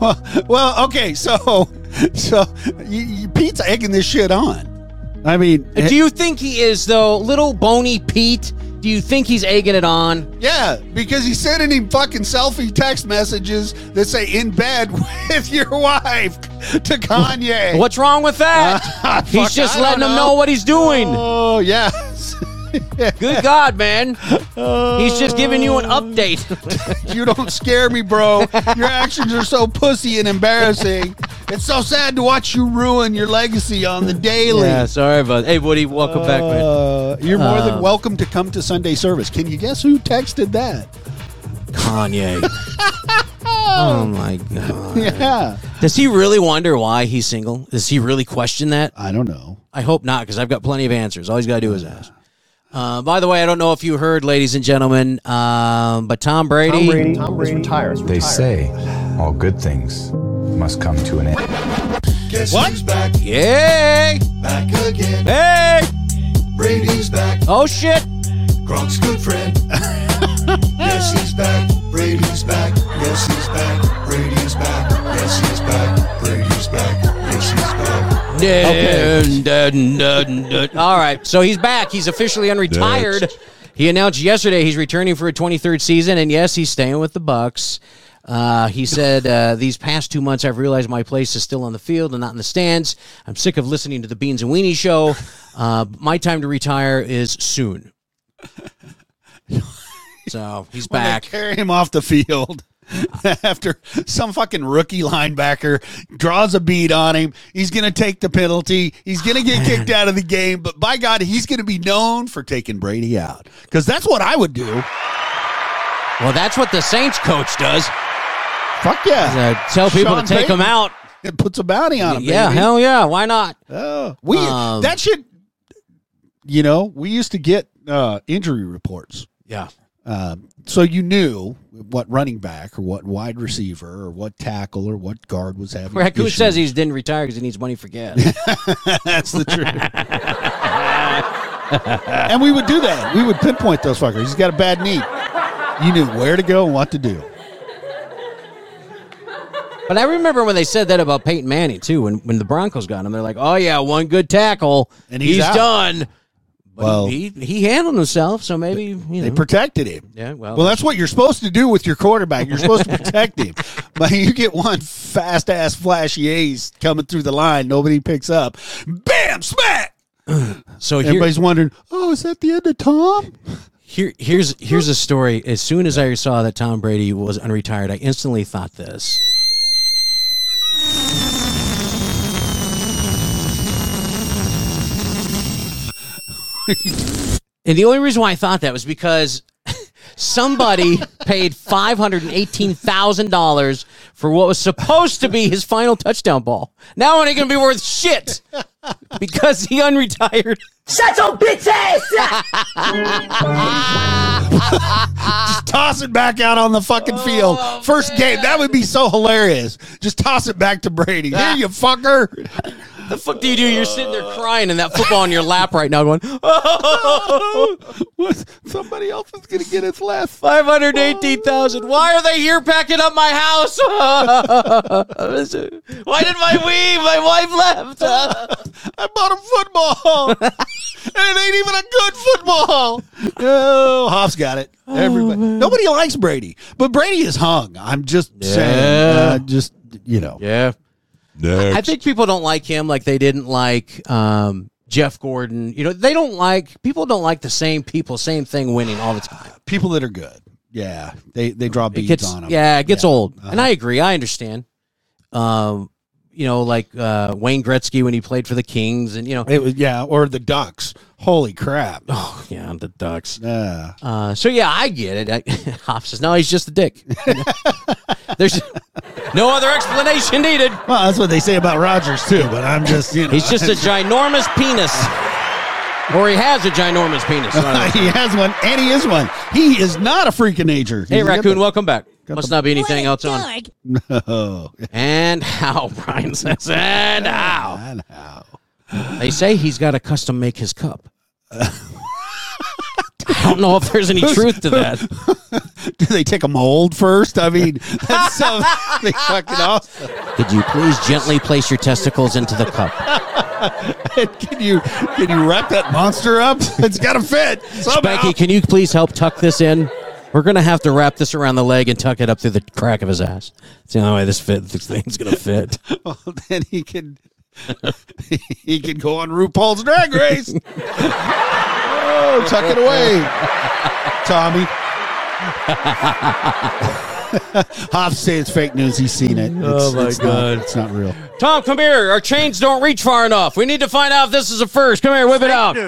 well, *laughs* well, okay, so so you, you, Pete's egging this shit on. I mean, Uh, Do you think he is though, little bony Pete? Do you think he's egging it on? yeah, because he's sending him fucking selfie text messages that say "in bed *laughs* with your wife" to Kanye. What's wrong with *laughs* that? he's Fuck, just I letting don't him know what he's doing. Oh yes. *laughs* Good God, *laughs* man! He's just giving you an *laughs* update. You don't scare me, bro. Your actions are so pussy and embarrassing. It's so sad to watch you ruin your legacy on the daily. yeah, sorry, but hey, Woody, welcome back, man. Uh, you're more than welcome to come to Sunday service. Can you guess who texted that? Kanye. *laughs* oh my God! Yeah. Does he really wonder why he's single? Does he really question that? I don't know. I hope not, because I've got plenty of answers. All he's got to do is ask. Uh, by the way, I don't know if you heard, ladies and gentlemen, um, but Tom Brady, Tom Brady retires. They say all good things must come to an end. What? Eh? Yay! Back again, Hey! Brady's back, Oh shit! Gronk's good *laughs* friend. yes, he's back, Brady's back. Yes, he's back, Brady's back. Yes, he's back, Brady's back. Yes, he's back. All right, so he's back. He's officially unretired. Next. He announced yesterday he's returning for a 23rd season, and yes, he's staying with the Bucks. Uh, he said, uh, "These past two months, I've realized my place is still on the field and not in the stands. I'm sick of listening to the Beans and Weenie show. Uh, my time to retire is soon." So he's They back. carry him off the field *laughs* after some fucking rookie linebacker draws a bead on him. He's going to take the penalty. He's going to Oh, get kicked out of the game. But by God, he's going to be known for taking Brady out because that's what I would do. Well, that's what the Saints coach does. Fuck yeah. Uh, tell people Sean to take him Payton. out. It puts a bounty on him. Yeah, baby. hell yeah. Why not? Oh, we Um, that should. You know, we used to get uh, injury reports, Yeah. um, so you knew what running back or what wide receiver or what tackle or what guard was having. Raccoon issues. says he didn't retire because he needs money for gas. *laughs* *laughs* that's the truth. and we would do that. We would pinpoint those fuckers. He's got a bad knee. You knew where to go and what to do. but I remember when they said that about Peyton Manning too. When when the Broncos got him, they're like, "Oh yeah, one good tackle And he's out." done." But Well- he he handled himself, so maybe you They know. protected him. Yeah, well- well, that's what you're supposed to do with your quarterback. You're supposed to protect him, *laughs* but you get one fast ass flashy ace coming through the line. Nobody picks up. Bam, smack. so here, Everybody's wondering, oh, is that the end of Tom? here here's here's a story. As soon as I saw that Tom Brady was unretired, I instantly thought this. And the only reason why I thought that was because somebody paid five hundred and eighteen thousand dollars for what was supposed to be his final touchdown ball. Now it ain't gonna be worth shit because he unretired. Shut your bitch ass! toss it back out on the fucking field. First game. That would be so hilarious. Just toss it back to Brady. Here you fucker. *laughs* The fuck do you do? You're sitting there crying and that football in your lap right now, going Somebody else is gonna get its last. five hundred eighteen thousand. Why are they here packing up my house? *laughs* Why did my wee my wife left? *laughs* I bought a football, *laughs* and it ain't even a good football. Oh, Hoff's got it. Everybody, nobody likes Brady, but Brady is hung. I'm just saying. Yeah. Uh, just you know. yeah, Next. I think people don't like him like they didn't like um, Jeff Gordon. You know, they don't like people don't like the same people, same thing winning all the time. People that are good. Yeah, they they draw It beads gets on them. yeah, Uh-huh. it gets old, and I agree. I understand. Um, you know, like uh, Wayne Gretzky when he played for the Kings, and you know, It was yeah, or the Ducks. Holy crap! oh yeah, the Ducks. Yeah. Uh, so yeah, I get it. I, *laughs* Hops says no, he's just a dick. *laughs* There's no other explanation needed. Well, that's what they say about Rogers too. But I'm just you know. He's just a *laughs* ginormous penis, or he has a ginormous penis. *laughs* he has one, and he is one. He is not a freak in nature. Hey, He's got raccoon, the- welcome back. Must not be anything else on. Dork. Oh, And how, *laughs* Brian says, and how. I know. They say he's got to custom make his *laughs* cup. I don't know if there's any truth *laughs* to that. Do they take a mold first? I *laughs* mean, that's so they fucking awesome. Could you please gently place your testicles into the cup? *laughs* Can you can you wrap that monster up? *laughs* It's got to fit somehow. Spanky, can you please help tuck this in? We're going to have to wrap this around the leg and tuck it up through the crack of his ass. It's the only way this, fit, this thing's going to fit. Well, *laughs* then he can he can go on RuPaul's Drag Race. oh, tuck it away, Tommy. *laughs* Hobbs say it's fake news. He's seen it. It's, Oh, my it's God. not, it's not real. *laughs* Tom, come here. Our chains don't reach far enough. We need to find out if this is a first. Come here, whip it out. *laughs*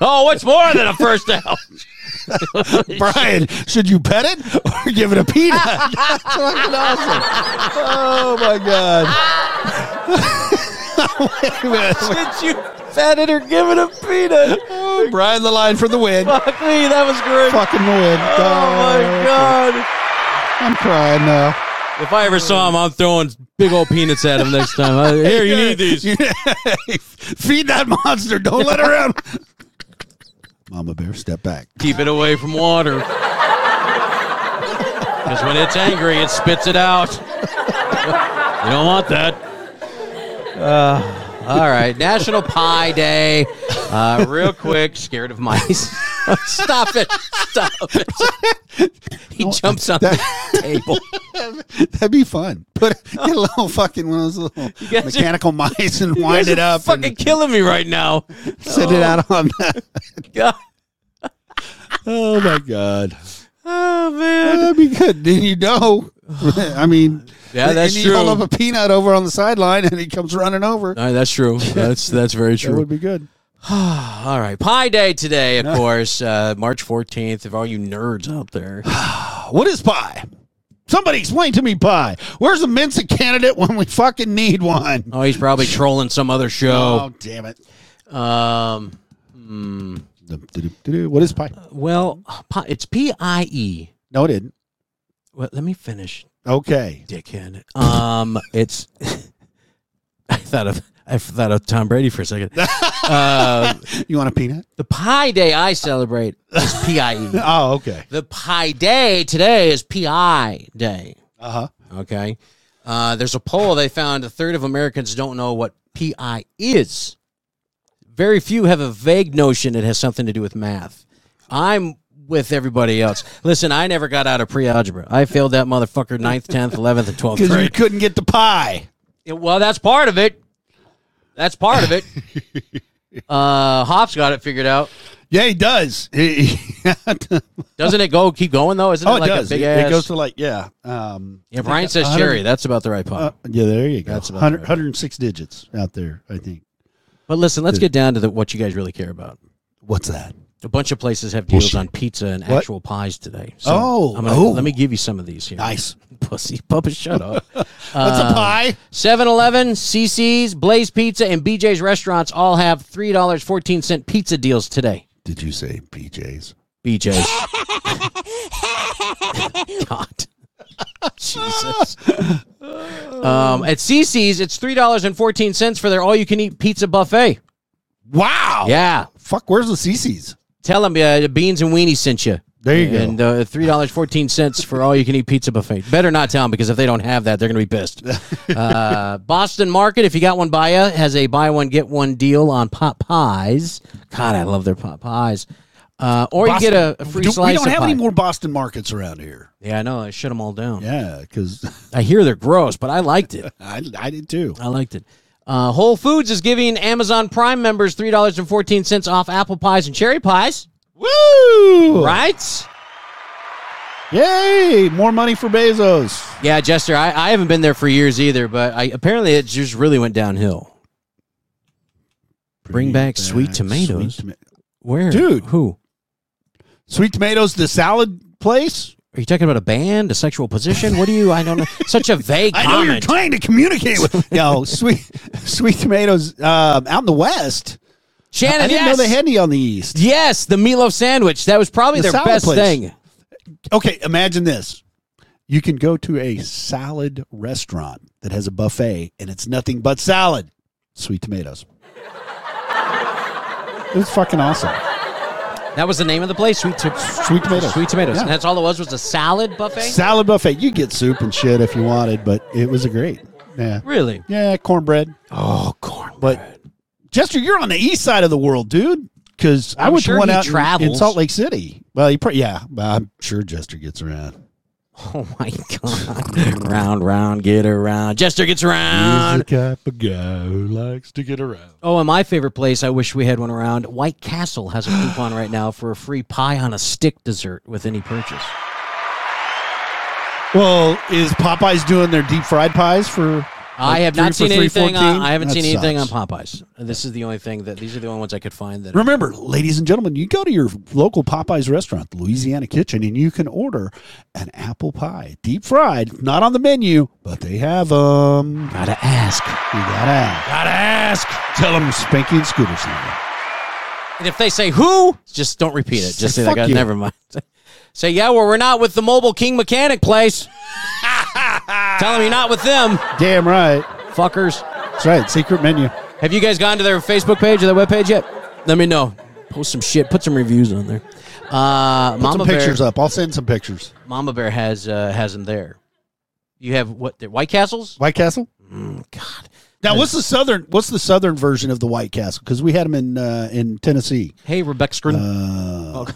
oh, what's more than a first down? Brian, should you pet it or give it a *laughs* peanut? That's fucking awesome. Oh my god. *laughs* Wait a minute. *laughs* Did you fat it or give it a peanut? Oh, Brian the line for the win. Fuck me, that was great. Fucking the win. Oh my god. I'm crying now. If I ever saw him, I'm throwing big old peanuts at him next time. I- Here, you need these. *laughs* Feed that monster. Don't let her out. Mama bear, step back. Keep it away from water. Because when it's angry, it spits it out. you don't want that. Uh, all right, National Pie Day. Uh, real quick, scared of mice. Stop it! Stop it! He jumps on the table. That'd be fun. Put get a little fucking one of those little guys are- mechanical mice and You *laughs* guys wind it are up Fucking killing me right now. and send it out on *laughs* that. God. Oh my god. Oh man. That'd be good. Then you *sighs* know. I mean, Yeah, that's and you true. Hold up a peanut over on the sideline, and he comes running over. All right, *laughs* that's true. That's that's very That true. would be good. All right, Pie Day *laughs* today, of course, uh, March fourteenth. Of all you nerds out *laughs* there, What is pie? Somebody explain to me pie. Where's the Mensa candidate when we fucking need one? Oh, oh, he's probably trolling some other show. damn it! Um, hmm. What is pie? well, pi- it's P I E. No, it didn't. Well, let me finish, Okay. dickhead. Um, it's. *laughs* I thought of I thought of Tom Brady for *laughs* a second. uh, You want a peanut? the Pie Day I celebrate is P I *laughs* E. Oh, *laughs* okay. The Pi Day today is PI Day. Uh huh. Okay. Uh, there's a poll they found a third of Americans don't know what PI is. Very few have a vague notion it has something to do with math. I'm with everybody else. Listen, I never got out of pre algebra. I failed that motherfucker 9th, 10th, 11th, *laughs* and 12th Because you grade. couldn't get the pie. Yeah, well, that's part of it. That's part of *laughs* it. uh, Hops got it figured out. Yeah, he does. *laughs* He- Doesn't it go keep going though? Isn't oh, it it like does. a It, big it ass? goes to like yeah. Um, yeah, Brian says hundred- cherry. That's about the right pun. uh, yeah, there you go. That's about 100, right. 106 digits out there. I think. but listen, let's get down to the, what you guys really care about. What's that? A bunch of places have deals Bullshit. on pizza and What? actual pies today. So Oh, I'm gonna, oh. let me give you some of these here. Nice. *laughs* Pussy Papa, shut up. What's *laughs* What's a pie? 7 Eleven, CC's, Blaze Pizza, and BJ's restaurants all have $3.14 pizza deals today. Did you say PJs? *laughs* BJ's. *laughs* God. *laughs* Jesus. Um, at CC's, it's $3.14 for their all you can eat pizza buffet. Wow. Yeah. Fuck, where's the CC's? Tell them uh, Beans and Weenie sent you. There you go. and, go. uh, three dollars fourteen cents for all you can eat pizza buffet. Better not tell them because if they don't have that, they're gonna *laughs* be pissed. Uh, Boston Market, if you got one by you, has a buy one get one deal on pot pies. God, I love their pot pies. Uh, or you get a, a free Do- slice. We don't of have pie. any more Boston markets around here. Yeah, I know. I shut them all down. Yeah, because I hear they're gross, but I liked it. *laughs* I, I did too. I liked it. Uh, Whole Foods is giving Amazon Prime members three dollars and fourteen cents off apple pies and cherry pies. Woo! Right? Yay! More money for Bezos. Yeah, Jester. I, I haven't been there for years either, but I apparently it just really went downhill. Bring back sweet tomatoes. Sweet, toma- Where, Dude. Who sweet tomatoes, the salad place. are you talking about? A band? A sexual position? What do you? I don't *laughs* know. Such a vague I know you're comment. trying to communicate *laughs* with. no, sweet sweet tomatoes um, out in the west. Shannon, I didn't yes. know they had any on the east. yes, the meatloaf sandwich. That was probably The their salad best place. thing. Okay, imagine this. You can go to a salad restaurant that has a buffet and it's nothing but salad, sweet tomatoes. it was fucking awesome. That was the name of the place. Sweet, to- Sweet tomatoes. Sweet tomatoes. Yeah. And that's all it was. Was a salad buffet. Salad buffet. You get soup and shit if you wanted, but it was a great. Yeah. really? Yeah, cornbread. Oh, corn. But Jester, you're on the east side of the world, dude. Because I I'm would sure one he out in- in, travels. Salt Lake City. Well, you probably yeah. but I'm sure Jester gets around. Oh my god! *laughs* round, round, get around. Jester gets around. type of guy who likes to get around. Oh, and my favorite place, I wish we had one around. White Castle has a coupon right now for a free pie on a stick dessert with any purchase. Well, is Popeyes doing their deep fried pies for? I have three not for seen anything on 314? I haven't That seen anything on sucks. Popeyes. This is the only thing that these are the only ones I could find that Remember, ladies and gentlemen, you go to your local Popeyes restaurant, the Louisiana Kitchen, and you can order an apple pie, deep fried, not on the menu, but they have them. gotta ask. You gotta ask. Gotta ask. Tell them Spanky and Scooter sent you. And if they say who, just don't repeat it. Just say that Fuck guy. you. Never mind. *laughs* say, yeah, well, we're not with the mobile King *laughs* Mechanic place. Tell them you're not with them, Damn right. fuckers. That's right. Secret menu. Have you guys gone to their Facebook page or their webpage yet? Let me know. Post some shit. Put some reviews on there. Uh, Put Mama some pictures Bear, up. I'll send some pictures. Mama Bear has uh, has them there. You have what? The White Castles? White Castle. Oh, God. Now, what's the southern? What's the southern version of the White Castle? Because we had them in uh, in Tennessee. Hey, Rebecca Scrin. Uh,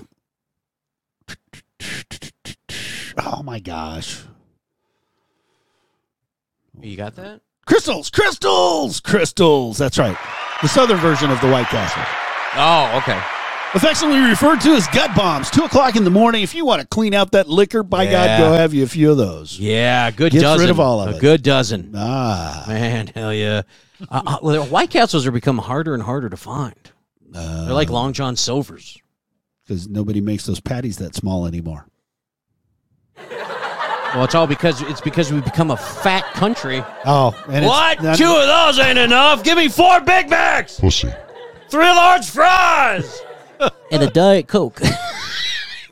oh my gosh! you got that? Crystals, crystals, crystals. That's right. The southern version of the White Castle. Oh, okay. affectionately referred to as gut bombs. Two o'clock in the morning. If you want to clean out that liquor, by God, Yeah. go have you a few of those. Yeah, good Gets rid dozen. of all of a it. good dozen. Ah, Man, hell yeah. Uh, uh, well, the White Castles are becoming harder and harder to find. They're Uh, like Long John Silver's. because nobody makes those patties that small anymore. Well, it's all because it's because we've become a fat country. Oh, and it's- what? that- Two of those ain't enough. Give me four Big Macs. Pussy. three large *laughs* fries and a diet *laughs* coke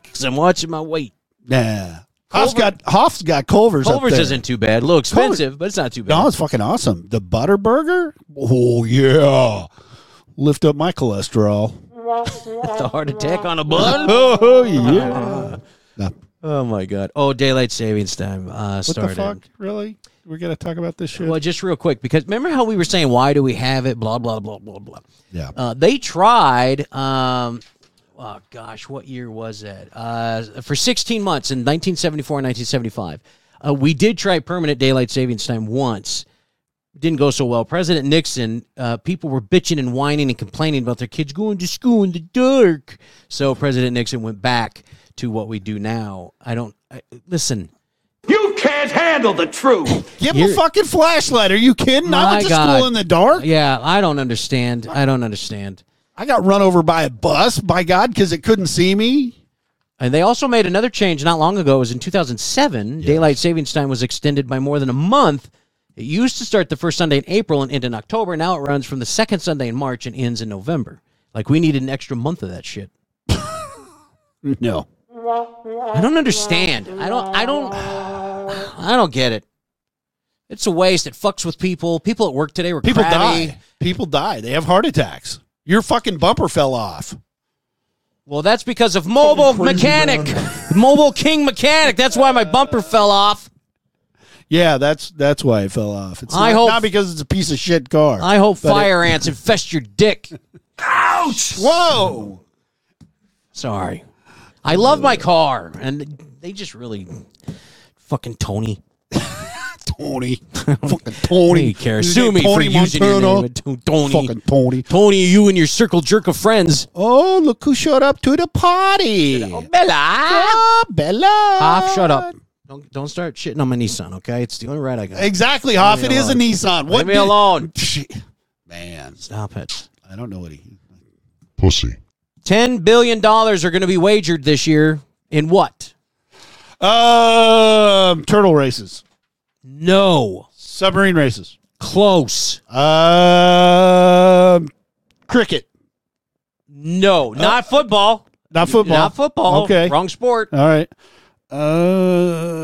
because i'm watching my weight Nah. Hoff's Culver- got Hoff's got Culver's. up culver's there. isn't too bad a little expensive but it's not too bad No, it's fucking awesome. The butter burger. Oh yeah, lift up my cholesterol. the heart *laughs* attack on a bun Oh yeah. oh my god oh daylight savings time uh What started the fuck? Really? We're gonna talk about this shit? well just real quick because remember how we were saying why do we have it blah blah blah blah blah yeah. uh, they tried um oh gosh what year was that uh for 16 months in 1974 and 1975 uh, we did try permanent daylight savings time once didn't go so well president nixon uh, people were bitching and whining and complaining about their kids going to school in the dark so president nixon went back to what we do now i don't I, listen You can't handle the truth. Give him a you're- fucking flashlight. Are you kidding? I My went to God. school in the dark. yeah i don't understand i don't understand I got run over by a bus, by God, because it couldn't see me. And they also made another change not long ago. It was in 2007. Daylight savings time was extended by more than a month. It used to start the first Sunday in April and end in October. Now it runs from the second Sunday in March and ends in November. Like we needed an extra month of that shit. No. I don't understand. I don't. I don't. *sighs* I don't get it. It's a waste. It fucks with people. People at work today were People crabby. die. People die. They have heart attacks. Your fucking bumper fell off. Well, that's because of Mobile Mechanic, *laughs* Mobile King Mechanic. That's why my bumper fell off. Yeah, that's that's why it fell off. It's I not, hope- not because it's a piece of shit car. I hope but it- fire ants infest your dick. Ouch! Whoa! Sorry. I love my car, and they just really fucking *laughs* Tony. *laughs* Tony, fucking Tony. He cares. His Sue name me for Tony using your Montana. name, Tony. Tony. Fucking Tony. Tony, you and your circle jerk of friends. Oh, Oh, look who showed up to the party. Bella. Oh, Bella. Hop, shut up. Don't don't start shitting on my Nissan, okay? It's the only ride I got. Exactly, Hoff. Leave It me is a Nissan. What Leave me do- alone. Shit. Man, Stop it. I don't know what he. Pussy. Ten billion dollars are going to be wagered this year in what? Um, turtle races, No, submarine races, close. um, cricket, No, not football. Uh, not football, Not football. Okay, wrong sport. All right.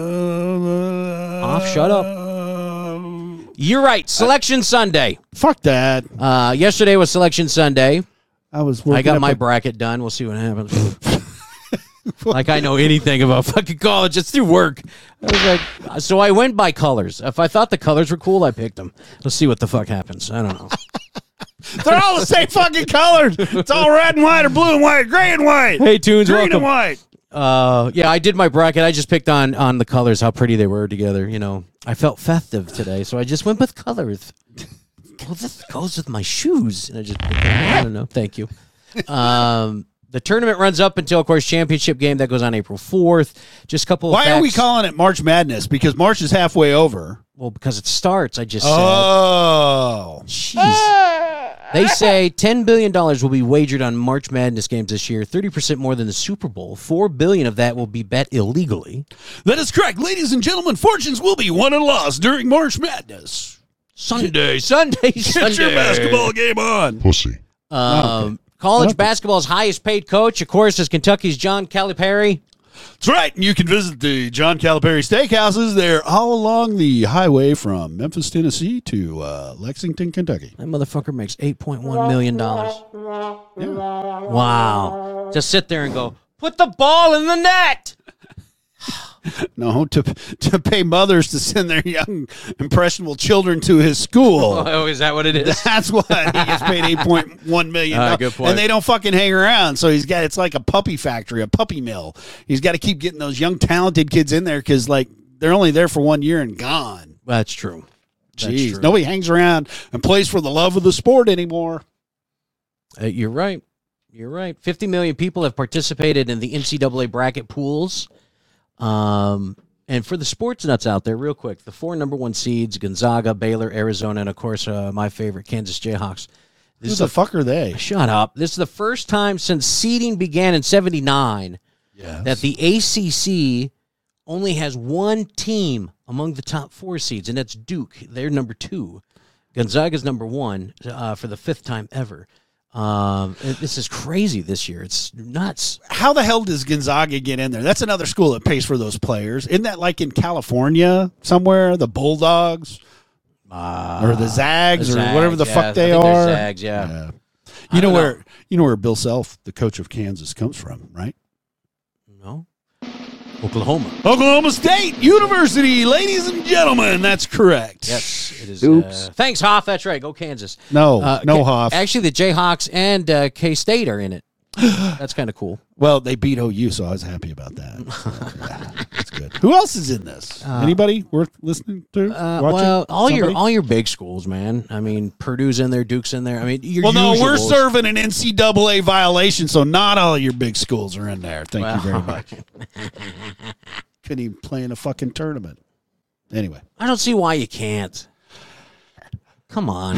Uh, Hoff, shut up. um, You're right. Selection Sunday. fuck that. Uh, yesterday was Selection Sunday. I was. I working got up my a- bracket done. We'll see *laughs* what happens. like I know anything about fucking college. It's through work. I was like, uh, so I went by colors. If I thought the colors were cool, I picked them. Let's see what the fuck happens. I don't know. They're all the same fucking colors. It's all red and white, or blue and white, gray and white, Hey, tunes, green and welcome. white. Uh, yeah, I did my bracket. I just picked on on the colors, how pretty they were together. You know, I felt festive today, so I just went with colors. well, this goes with my shoes, and I just picked them. I don't know. Thank you. Um, the tournament runs up until, of course, championship game that goes on April fourth. Just a couple. Of Why are we facts. calling it March Madness? Because March is halfway over. Well, because it starts. I just Oh, said. Jeez. They say ten billion dollars will be wagered on March Madness games this year. Thirty percent more than the Super Bowl. Four billion of that will be bet illegally. that is correct, ladies and gentlemen. Fortunes will be won and lost during March Madness. Sunday, Sunday, *laughs* Sunday. Get your basketball game on. Pussy. Um, college basketball's highest paid coach, of course, is Kentucky's John Calipari. That's right, and you can visit the John Calipari Steakhouses. They're all along the highway from Memphis, Tennessee, to uh, Lexington, Kentucky. That motherfucker makes eight point one million dollars. Wow! Just sit there and go, put the ball in the net. No, to to pay mothers to send their young impressionable children to his school. Oh, is that what it *laughs* is? That's why he gets *laughs* paid eight point one million. All right, Ah, good point. And they don't fucking hang around. So he's got it's like a puppy factory, a puppy mill. He's got to keep getting those young talented kids in there because like they're only there for one year and gone. That's true. That's Jeez, true. nobody hangs around and plays for the love of the sport anymore. Uh, you're right. You're right. 50 million people have participated in the NCAA bracket pools. Um, and for the sports nuts out there, real quick, the four number one seeds Gonzaga, Baylor, Arizona, and of course, uh, my favorite, Kansas Jayhawks. This Who is the fuck are they? Shut up. This is the first time since seeding began in 79 that the ACC only has one team among the top four seeds, and that's Duke. They're number two. Gonzaga's number one uh, for the fifth time ever. Um, it- this is crazy this year. It's nuts. How the hell does Gonzaga get in there? That's another school that pays for those players. Isn't that like in California somewhere? The Bulldogs or Ah, Uh, the Zags or whatever the fuck they are. yeah. Yeah. You know where you know where Bill Self, the coach of Kansas, comes from, right? No. Oklahoma. Oklahoma State University, ladies and gentlemen. That's correct. Yes, it is. Oops. thanks, Hoff. That's right. Go Kansas. No, no Ca- Hoff. Actually, the Jayhawks and uh, K State are *gasps* in it. That's kind of cool. Well, they beat OU, so I was happy about *laughs* that. That's good. Who else is in this? Anybody worth listening to? Uh, watching? well, all Somebody? your all your big schools, man. I mean, Purdue's in there, Duke's in there. I mean, your Well, no, we're usuals. serving an NCAA violation, so not all your big schools are in there. Thank you very much. *laughs* Couldn't even play in a fucking tournament. Anyway, I don't see why you can't. Come on.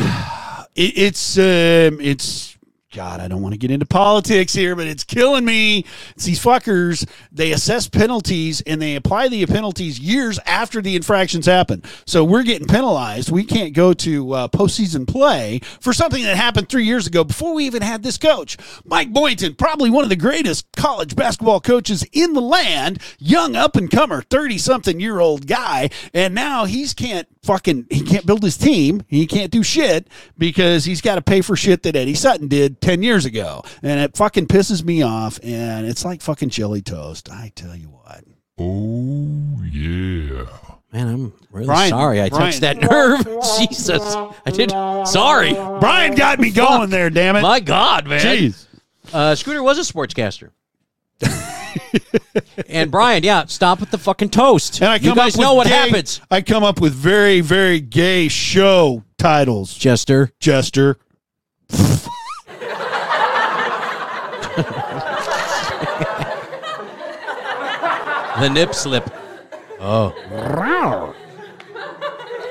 it, it's um, it's God, I don't want to get into politics here, but it's killing me. It's these fuckers. They assess penalties and they apply the penalties years after the infractions happen. So we're getting penalized. We can't go to uh, postseason play for something that happened three years ago before we even had this coach. Mike Boynton, probably one of the greatest college basketball coaches in the land, young up and comer, 30 something year old guy. And now he's can't fucking, he can't build his team. He can't do shit because he's got to pay for shit that Eddie Sutton did 10 years ago. And it fucking pisses me off. And it's like fucking chili toast. I tell you what. Oh, yeah. Man, I'm really Brian, sorry I Brian. touched that *laughs* nerve. Jesus. I did. Sorry. Brian got me going there, damn it. My God, man. Jeez. Uh, Scooter was a sportscaster. *laughs* and Brian, yeah, stop with the fucking toast. And I you come guys up with know what gay- happens. I come up with very, very gay show titles, Jester. Jester. The nip slip. Oh.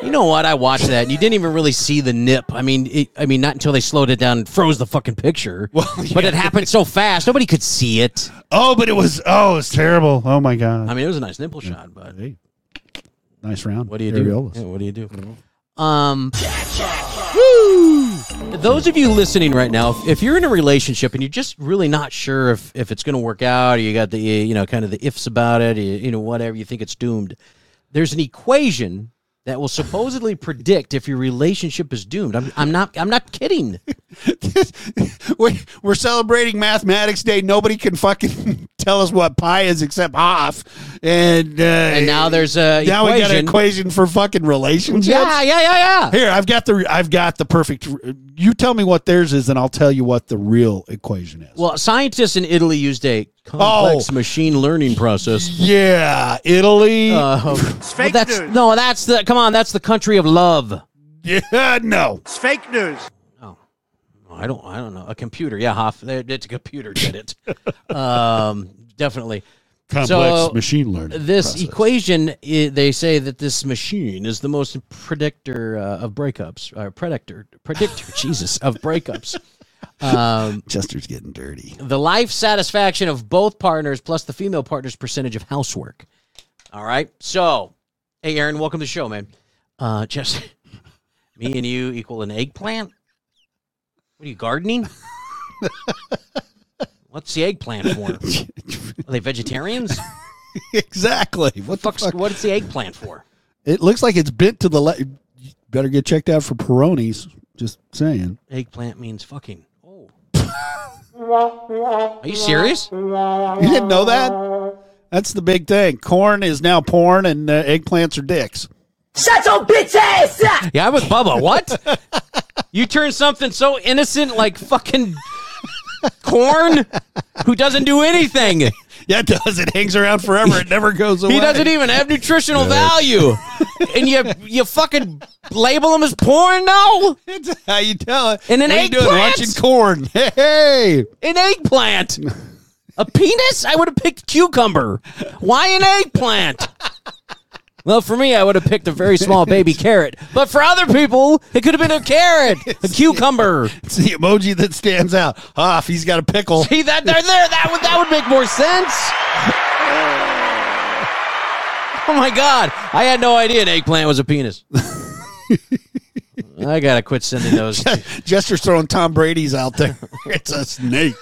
You know what? I watched that. and You didn't even really see the nip. I mean, it, I mean, not until they slowed it down and froze the fucking picture. *laughs* But it happened so fast, nobody could see it. Oh, but it was oh, it was terrible. Oh my god. I mean, it was a nice nipple shot, but Hey. Nice round. what do you do? Areolas. Yeah, what do you do? Um, woo! Those of you listening right now, if- if you're in a relationship and you're just really not sure if, if it's going to work out, or you got the you know kind of the ifs about it, you, you know whatever you think it's doomed. There's an equation that will supposedly predict if your relationship is doomed. I'm, I'm not I'm not *laughs* kidding. *laughs* we, we're celebrating Mathematics Day. Nobody can fucking *laughs* tell us what pi is except Hoff. And uh, And now there's a now we equation. got an equation for fucking relationships. yeah, yeah, yeah, yeah. Here, I've got the I've got the perfect. You tell me what theirs is, and I'll tell you what the real equation is. Well, scientists in Italy used a complex machine learning process yeah, Italy. Uh, well, that's no, that's the come on, that's the country of love. *laughs* yeah, no. Oh, I don't, I don't know, a computer. Yeah, Hoff, it's a computer *laughs* did it. um, definitely. Complex So, machine learning. This process. equation, i they say that this machine is the most predictor uh, of breakups, or predictor, predictor, *laughs* Jesus, of breakups. Um, Chester's getting dirty. *laughs* the life satisfaction of both partners plus the female partner's percentage of housework. All right. So, hey, Aaron, welcome to the show, man. Uh, just *laughs* me and you equal an eggplant. What are *laughs* you gardening? What's the eggplant for? Are they vegetarians? exactly. *laughs* What the Fuck's, fuck? What's the eggplant for? It looks like it's bent to the left. Better get checked out for Peronis. Just saying. Eggplant means *laughs* fucking. Oh. Are you serious? You didn't know that? That's the big thing. Corn is now porn, and uh, eggplants are dicks. Shut your bitch ass up! Yeah, I'm with Bubba. What? you turn something so innocent like fucking corn, who doesn't do anything. He Yeah, it does. It hangs around forever. It never goes away. doesn't even have nutritional value, and you you fucking label him as porn now. That's how you tell it. And an What are you doing? eggplant? Watching corn. *laughs* Hey. An eggplant, a penis. I would have picked cucumber. Why an eggplant? Well, for me, I would have picked a very small baby carrot, but for other people, it could have been a carrot, a cucumber. It's the emoji that stands out. Ah, if he's got a pickle. *laughs* *laughs* See that there, there. That would that would make more sense. Oh my god, I had no idea an eggplant was a penis. I gotta quit sending those. Jester's throwing Tom Brady's out there. *laughs* it's a *laughs* snake.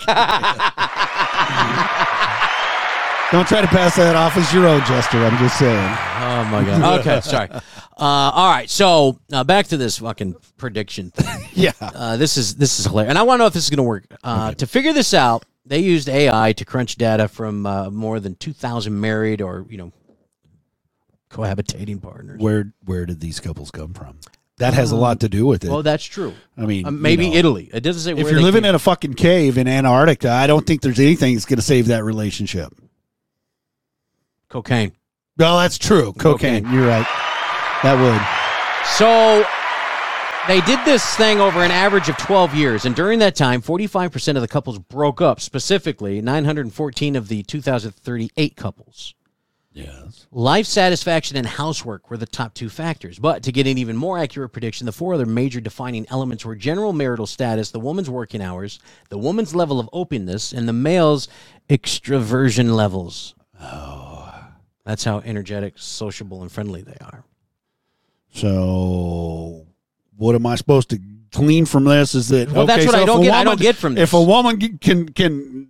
Don't try to pass that off as your own, Jester. I'm just saying. Oh my god. Okay, sorry. Uh, all right, so uh, back to this fucking prediction thing. Yeah. Uh, this is this is hilarious, and I want to know if this is going to work. Uh, To figure this out, they used AI to crunch data from uh, more than two thousand married or you know cohabitating *laughs* partners. where where did these couples come from? That has a lot to do with it. Um, Well, that's true. I mean, Uh, maybe you know, Italy. It doesn't say If you're living in a fucking cave in Antarctica, I don't think there's anything that's going to save that relationship. cocaine. No, that's true. Cocaine. You're right. That would. So they did this thing over an average of 12 years. And during that time, 45% of the couples broke up, specifically 914 of the 2,038 couples. Yes. Life satisfaction and housework were the top two factors. But to get an even more accurate prediction, the four other major defining elements were general marital status, the woman's working hours, the woman's level of openness, and the male's extroversion levels. Oh. That's how energetic, sociable, and friendly they are. So, what am I supposed to glean from this? Is that Well, that's okay, what so I if don't a get- I woman- don't get from If this. a woman g- can can,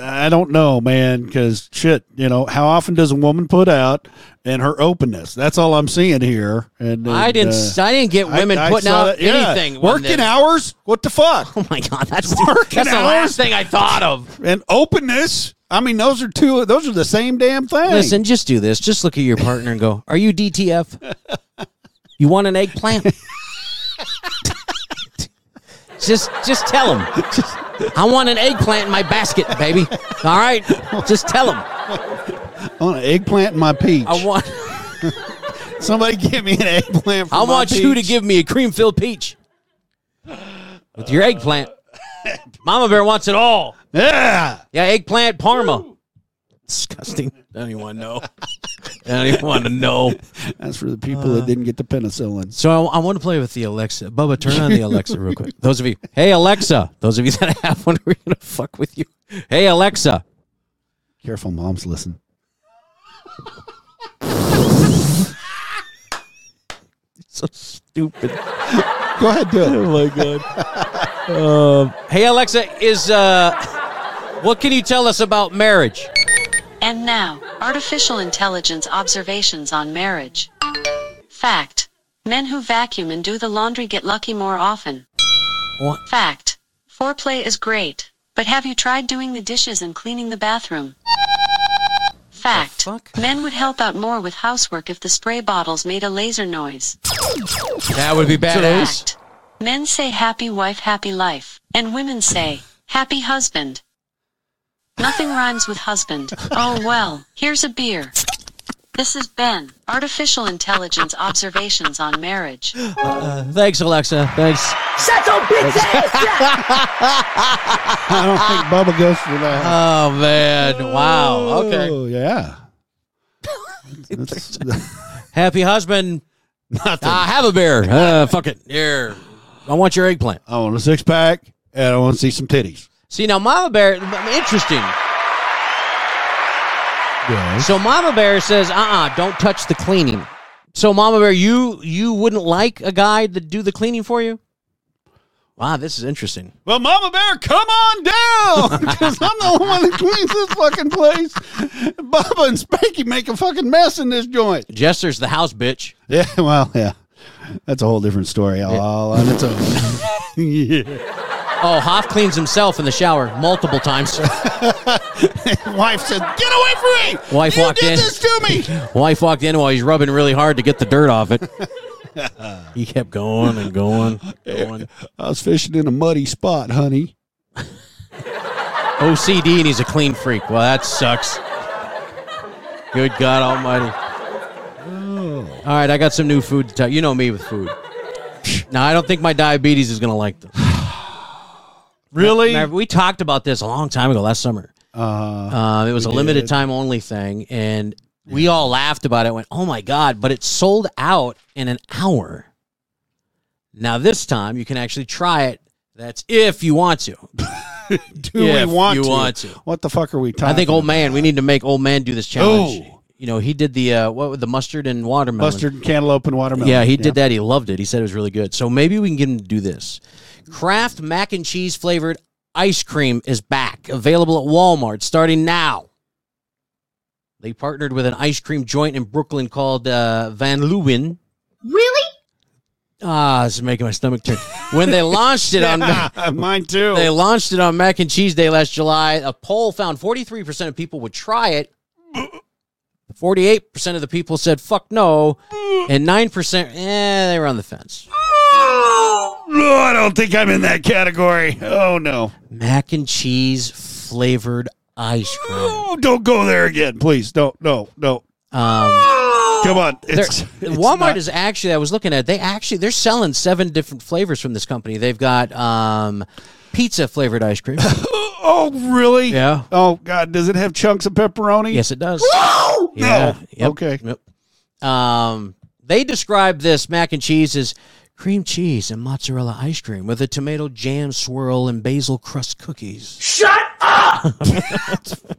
I don't know, man, because shit, you know, how often does a woman put out and her openness? That's all I'm seeing here. And, I and, didn't. uh, I didn't get I- women I putting saw out that- yeah. anything. when Working they- hours? What the fuck? Oh my god, that's Working that's the hours? last thing I thought of. And openness. I mean, those are two. Those are the same damn thing. Listen, just do this. Just look at your partner and go, "Are you DTF? You want an eggplant?" *laughs* just, just tell him. Just, I want an eggplant in my basket, baby. All right, just tell him. I want an eggplant in my peach. I want, Somebody give me an eggplant. For I my want you to peach. give me a cream-filled peach with your eggplant. Mama Bear wants it all. Yeah. Yeah, eggplant parma. Disgusting. I don't even want to know. I don't even want to know. That's for the people Uh. that didn't get the penicillin. So I, I want to play with the Alexa. Bubba, turn on the Alexa real quick. Those of you, hey Alexa. Those of you that have one, we're gonna fuck with you. Hey Alexa. Careful, moms listen. *laughs* So stupid. Go ahead, do it. Oh my god. Um, hey Alexa, is uh, what can you tell us about marriage? And now, artificial intelligence observations on marriage. Fact. Men who vacuum and do the laundry get lucky more often. What? Fact. Foreplay is great, but have you tried doing the dishes and cleaning the bathroom? Fact. Men would help out more with housework if the spray bottles made a laser noise. That would be badass. Fact. Men say happy wife, happy life, and women say happy husband. Nothing rhymes with husband. Oh well, here's a beer. This is Ben, Artificial Intelligence Observations on Marriage. *gasps* Uh, thanks, Alexa. Thanks. Shut your bitch ass up! I don't think Bubba goes for that. Oh man! Wow. Okay. Oh, *laughs* yeah. That's- Happy husband. nothing. Uh, have a beer. *laughs* Uh, fuck it. Here. I want your eggplant. I want a six pack and I want to see some titties. See now, Mama Bear, interesting. So Mama Bear says, "Uh, uh-uh, uh, do not touch the cleaning." So Mama Bear, you you wouldn't like a guy to do the cleaning for you? Wow, this is interesting. Well, Mama Bear, come on down *laughs* because I'm the only one that cleans this fucking place. Bubba and Spanky make a fucking mess in this joint. Jester's the house bitch. Yeah, well, yeah. That's a whole different story all on *laughs* its own. yeah. Oh, Hoff cleans himself in the shower multiple *laughs* times. Wife says, Get away from me! Wife you walked did in. this to me! Wife walked in while he's rubbing really hard to get the dirt off it. he kept going and going, going. *laughs* I was fishing in a muddy spot, honey. OCD and he's a clean freak. Well, that sucks. Good God Almighty. All right, I got some new food to tell you. know me with food. Now, I don't think my diabetes is going to like this. Really? Remember, we talked about this a long time ago last summer. Uh, Um, it was We a limited did. time only thing, and we all laughed about it. Went, oh my God, but it sold out in an hour. Now, this time, you can actually try it. That's if you want to. do we if want you to? want to. What the fuck are we talking I think old man. We need to make old man do this challenge. Oh. You know, he did the uh, what with the mustard and watermelon. Mustard, cantaloupe, and watermelon. Yeah, he did that. He loved it. He said it was really good. So maybe we can get him to do this. Kraft mac and cheese flavored ice cream is back, available at Walmart starting now. They partnered with an ice cream joint in Brooklyn called uh, Van Leeuwen. Really? Ah, this is making my stomach turn. When they *laughs* launched it on Yeah, mine too. They launched it on Mac and Cheese Day last July. A poll found 43% of people would try it. 48% of the people said, fuck no. And 9%, eh, they were on the fence. No, I don't think I'm in that category. Oh no! Mac and cheese flavored ice cream. Oh, don't go there again, please. Don't. No. No. Um, Come on. they're- It's, it's Walmart not- is actually, I was looking at, they actually, they're selling seven different flavors from this company. They've got um, pizza flavored ice *laughs* cream. *gasps* Oh really? Yeah. Oh God, does it have chunks of pepperoni? yes, it does. Yeah. No. Yep. Okay. Yep. Um, they describe this mac and cheese as cream cheese and mozzarella ice cream with a tomato jam swirl and basil crust cookies Shut up!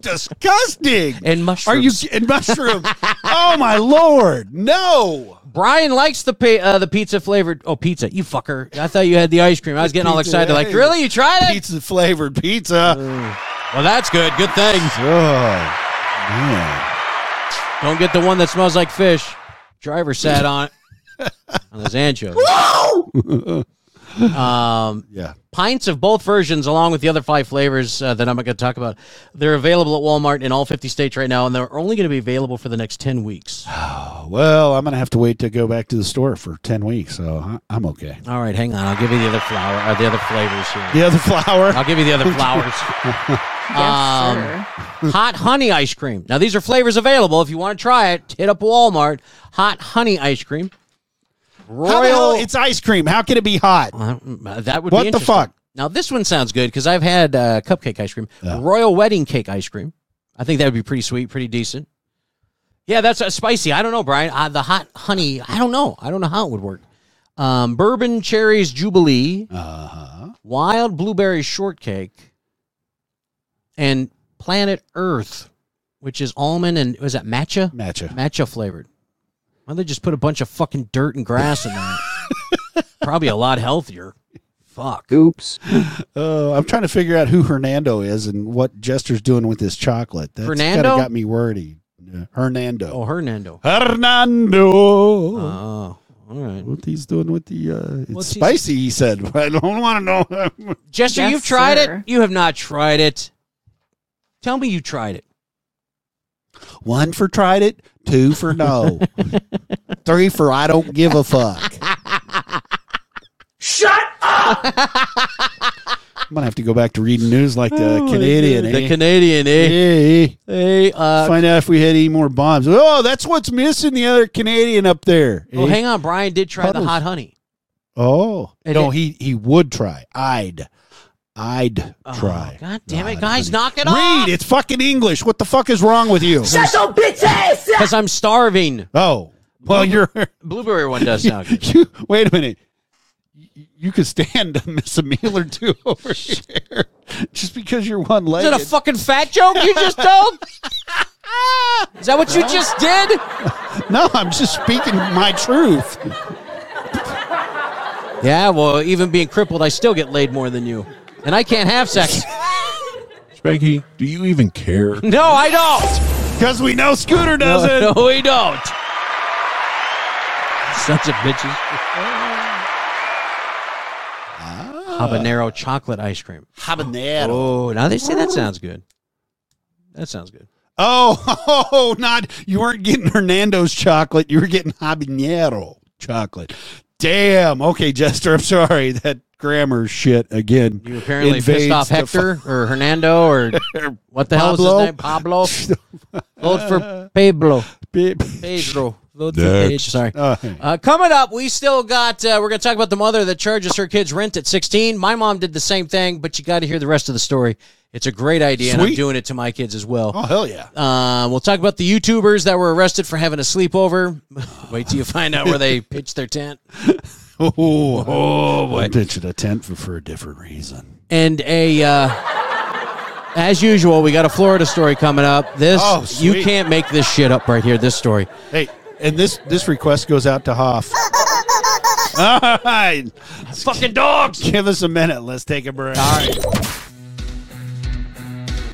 Disgusting. and mushrooms. Are you and mushrooms? oh my lord! No. Brian likes the pi- uh, the pizza flavored. Oh, pizza! You fucker! I thought you had the ice cream. I was getting all Pizza, excited. Like, hey. really? You tried it? Pizza flavored pizza. Well, that's good. Good thing. Oh, Don't get the one that smells like fish. Driver sat *laughs* on it on those anchovies. um, yeah. pints of both versions, along with the other five flavors uh, that I'm going to talk about. They're available at Walmart in all 50 states right now, and they're only going to be available for the next 10 weeks. Well, I'm gonna have to wait to go back to the store for ten weeks, so I- I'm okay. All right, hang on. I'll give you the other flower or the other flavors here. The other flower. I'll give you *laughs* the other flowers. Um, sir. hot honey ice cream. Now these are flavors available. If you want to try it, hit up Walmart. Hot honey ice cream. How the hell? Royal. It's ice cream. How can it be hot? Uh, that would What be the interesting. fuck? Now this one sounds good because I've had uh, cupcake ice cream, royal wedding cake ice cream. I think that would be pretty sweet, pretty decent. Yeah, that's uh, spicy. I don't know, Brian. Uh, the hot honey. I don't know. I don't know how it would work. Um, bourbon cherries jubilee, Uh huh. wild blueberry shortcake, and planet Earth, which is almond and was that matcha? Matcha. matcha flavored. Why don't they just put a bunch of fucking dirt and grass in that? *laughs* Probably a lot healthier. Fuck. Oops. Oh, I'm trying to figure out who Hernando is and what Jester's doing with his chocolate. That's Fernando? kinda got me wordy. Yeah, Hernando. Oh, Hernando. Hernando. Oh, all right. what he's doing with the uh, it's What's he- spicy? He said. *laughs* I don't want to know. Jester, Yes, you've tried sir. it. You have not tried it. Tell me you tried it. One for tried it. Two for *laughs* no. Three for I don't give a *laughs* fuck. Shut up! I'm gonna have to go back to reading news like the Canadian. Oh, The eh? Canadian, eh? Hey, Hey, uh, find out if we had any more bombs. Oh, that's what's missing. The other Canadian up there. oh, eh? hang on. Brian did try the Puddles. *laughs* hot honey. Oh And no, it- he he would try. I'd, I'd Oh, try. God damn it, Not guys. funny. Knock it Read. off. It's fucking English. What the fuck is wrong with you? Shut your bitch ass up! Because I'm starving. Oh, well, you're. Blueberry one does sound *laughs* good. you, wait a minute. You, you could stand to miss a meal or two *laughs* over here just because you're one Is it legged. a fucking fat joke you *laughs* just told? Is that what you just did? no, I'm just speaking my truth. Yeah, well, even being crippled, I still get laid more than you. And I can't *laughs* have sex. Spanky, do you even care? No, I don't. Because we know Scooter does it. No, *laughs* we don't. Sons of bitches. Ah. Habanero chocolate ice cream. Habanero. Oh, now they say that sounds good. That sounds good. Oh, *laughs* not you weren't getting Hernando's chocolate. You were getting habanero chocolate. Damn. Okay, Jester. I'm sorry that grammar shit again. You apparently invades pissed off the Hector or Hernando *laughs* or what the hell is his Pablo? name? Pablo. *laughs* Vote for Pablo. fu- *laughs* Pedro. Vote for Next. Pedro. Sorry. Uh, Uh, coming up, we still got. Uh, we're going to talk about the mother that charges her kids rent at 16. My mom did the same thing, but you got to hear the rest of the story. It's a great idea, and I'm Sweet. doing it to my kids as oh well. hell yeah. Uh, we'll talk about the YouTubers that were arrested for having a sleepover. *laughs* Wait till you find out *laughs* where they pitched their tent. *laughs* Oh, uh, oh boy. I'm pitching a tent for, for a different reason. And a. Uh, as usual, we got a Florida story coming up. This Oh, you sweet. can't make this shit up right here. This story. Hey, and this this request goes out to Hoff. All right. Fucking dogs. Give us a minute. Let's take a break. All right.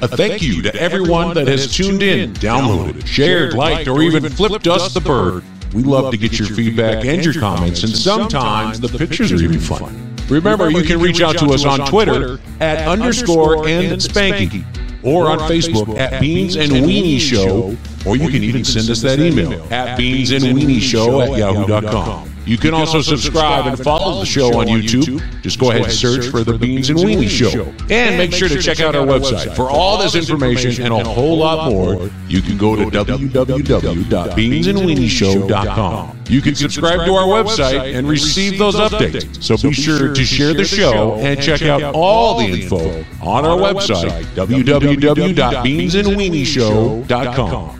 A thank you to everyone that has tuned in, downloaded, shared, liked, or even flipped us the bird. We love to get your feedback and your comments, and sometimes the pictures are even fun. Remember, you can reach out to us on Twitter at underscore and spanky, or on Facebook at Beans and Weenie Show, or you can even send us that email at Beans and Weenie Show at yahoo.com. You can also subscribe and follow the show on YouTube. Just go ahead and search for The Beans and Weenie Show. And make sure to check out our website. For all this information and a whole lot more, you can go to www.beansandweenieshow.com. You can subscribe to our website and receive those updates. So be sure to share the show and check out all the info on our website, www.beansandweenieshow.com.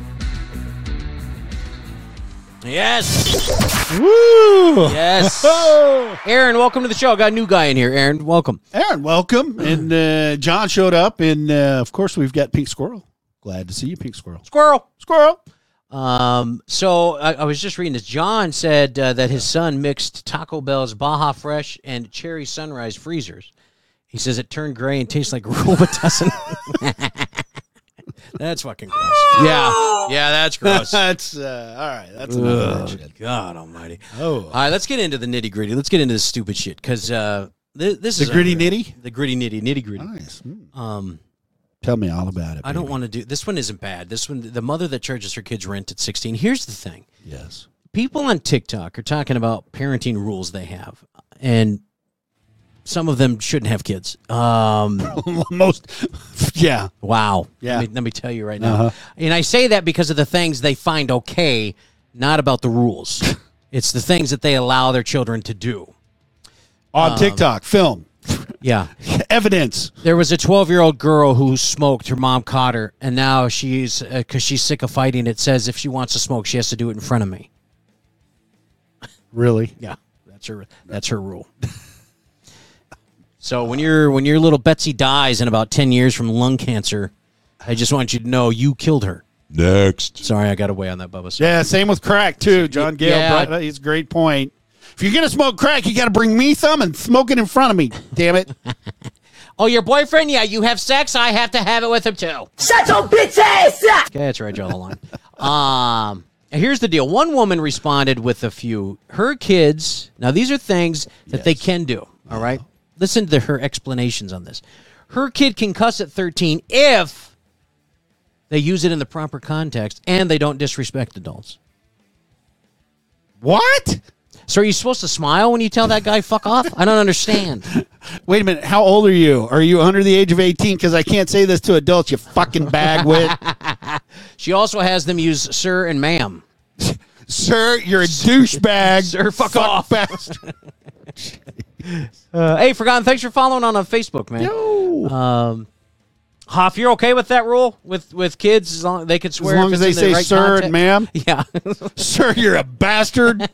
Yes. Woo! *laughs* Yes. Aaron, welcome to the show. I got a new guy in here. Aaron, welcome. Aaron, *clears throat* welcome. And uh, John showed up, and uh, of course we've got Pink Squirrel. Glad to see you, Pink Squirrel. Squirrel. Squirrel. Um, so I, I was just reading this. John said uh, that his son mixed Taco Bell's Baja Fresh and Cherry Sunrise freezers. He says it turned gray and tastes like *laughs* *laughs* Robitussin. that's fucking gross. Yeah. Yeah, that's *laughs* gross. that's uh, all right. That's enough of that Ugh, shit. God almighty. Oh. All right, let's get into the nitty gritty. Let's get into this stupid shit because uh, th- this The is gritty unreal. nitty? The gritty nitty, nitty gritty. Nice. Mm. Um, Tell me all about it. I don't baby. want to do this one. Isn't bad. This one, the mother that charges her kids rent at sixteen. Here's the thing: Yes. *laughs* people on TikTok are talking about parenting rules they have, and some of them shouldn't have kids. Um, Most. *laughs* Yeah. wow. Yeah. Let me, let me tell you right now. Uh-huh. And I say that because of the things they find okay, not about the *laughs* rules. it's the things that they allow their children to do. On Um, TikTok, film, Yeah. evidence. There was a 12 year old girl who smoked. Her mom caught her, and now she's because she's sick of fighting. It says if she wants to smoke, she has to do it in front of me. Really? *laughs* Yeah, that's her. That's her rule. so when your when your little Betsy dies in about 10 years from lung cancer, I just want you to know you killed her. Next. Sorry, I got away on that, Bubba. Sorry. Yeah. Same with crack too. John Gale. Yeah. brought- He's a great point. If you're gonna smoke crack, you got to bring me some and smoke it in front of me. Damn it. Oh, your boyfriend? Yeah, you have sex. I have to have it with him too. Shut your bitch ass up! Okay, that's right, draw the line. um, here's the deal. One woman responded with a few. Her kids. Now these are things that they can do. All right. Listen to her explanations on this. Her kid can cuss at 13 if they use it in the proper context and they don't disrespect adults. *laughs* What? So are you supposed to smile when you tell that guy fuck off? I don't understand. Wait a minute. How old are you? Are you under the age of 18? Because I can't say this to adults, you fucking bagwit. She also has them use sir and ma'am. Sir, you're a douchebag. Sir, fuck off. bastard. Uh, hey, Forgotten, thanks for following on on Facebook, man. Um, Hoff, you're okay with that rule with with kids as long they can As swear long if as it's they in say the right sir context? and ma'am. *laughs* Yeah. Sir, you're a *laughs* bastard.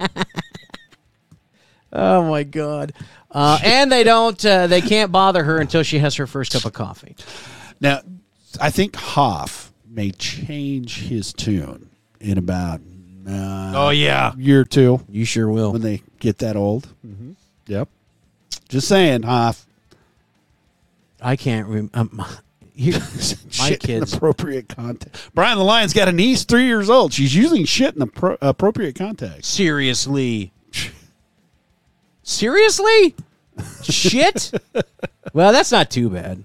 oh my god. Uh, and they don't. Uh, they can't bother her until she has her first cup of coffee. now, I think Hoff may change his tune in about uh, Oh, yeah. year or two You sure will. Mm-hmm. when they get that old. Yep. Just saying, Hoff. I can't. Rem- um, *laughs* *laughs* you- my shit in kids. appropriate context. Brian the Lion's got a niece three years old. She's using shit in appro- appropriate context. Seriously. Seriously? *laughs* Shit? well, that's not too bad.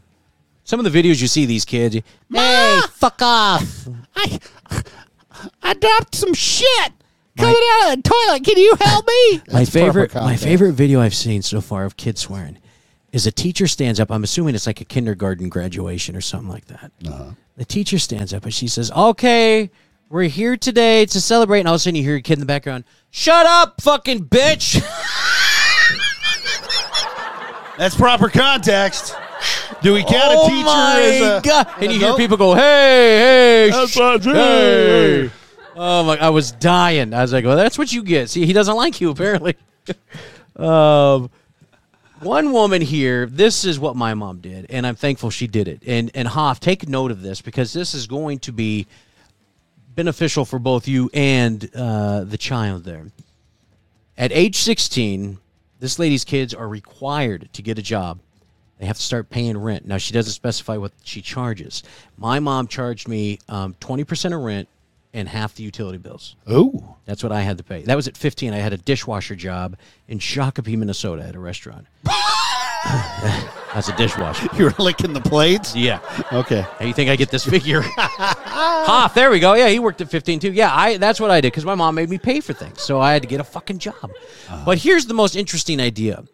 Some of the videos you see these kids, hey, fuck off. I, I dropped some shit coming out of the toilet. Can you help me? *laughs* my favorite my favorite video I've seen so far of kids swearing is a teacher stands up. I'm assuming it's like a kindergarten graduation or something like that. The teacher stands up and she says, "Okay, we're here today to celebrate." And all of a sudden, you hear a kid in the background, "Shut up, fucking bitch!" *laughs* That's proper context. Do we count oh a teacher my as a god! an And you hear adult? people go, "Hey, hey, That's sh- what I do. hey!" Oh my! I was dying. I was like, "Well, that's what you get." See, he doesn't like you apparently. *laughs* um, one woman here. This is what my mom did, and I'm thankful she did it. And and Hoff, take note of this because this is going to be beneficial for both you and uh, the child there. At age 16, this lady's kids are required to get a job. They have to start paying rent. Now, she doesn't specify what she charges. My mom charged me um, 20% of rent and half the utility bills. Oh, That's what I had to pay. That was at 15. I had a dishwasher job in Shakopee, Minnesota at a restaurant. *laughs* As a dishwasher. you were licking the plates. Yeah. Okay. How you think I get this figure? *laughs* Hoff, there we go. Yeah, he worked at 15 too. Yeah, I that's what I did because my mom made me pay for things, so I had to get a fucking job. But here's the most interesting idea.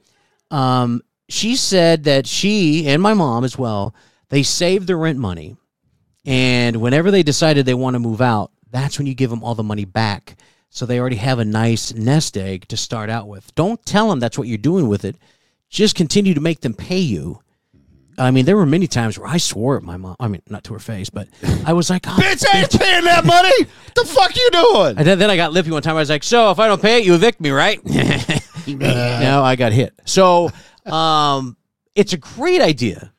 Um, she said that she and my mom as well they saved the rent money, and whenever they decided they want to move out, that's when you give them all the money back. So they already have a nice nest egg to start out with. Don't tell them that's what you're doing with it. Just continue to make them pay you I mean, there were many times where I swore at my mom. I mean, not to her face, but I was like, oh, Bitch ain't paying that money. the fuck you doing? And then, then I got lippy one time. I was like, so if I don't pay it, you evict me, right? *laughs* no, I got hit. So um, it's a great idea.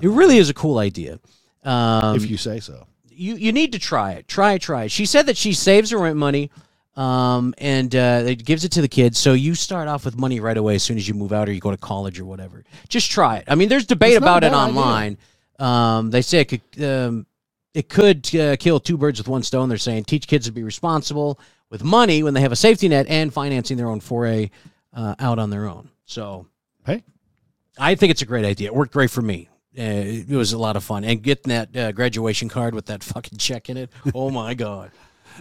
It really is a cool idea. Um, if you say so. you you need to try it. Try it, try it. She said that she saves her rent money, um, and uh, it gives it to the kids. So you start off with money right away as soon as you move out or you go to college or whatever. Just try it. I mean, there's debate It's not about a it bad idea. online. Um, they say it could um, it could uh, kill two birds with one stone. They're saying teach kids to be responsible with money when they have a safety net and financing their own foray uh, out on their own. So hey, I think it's a great idea. It worked great for me. Uh, it was a lot of fun, and getting that uh, graduation card with that *laughs* fucking check in it. Oh my god!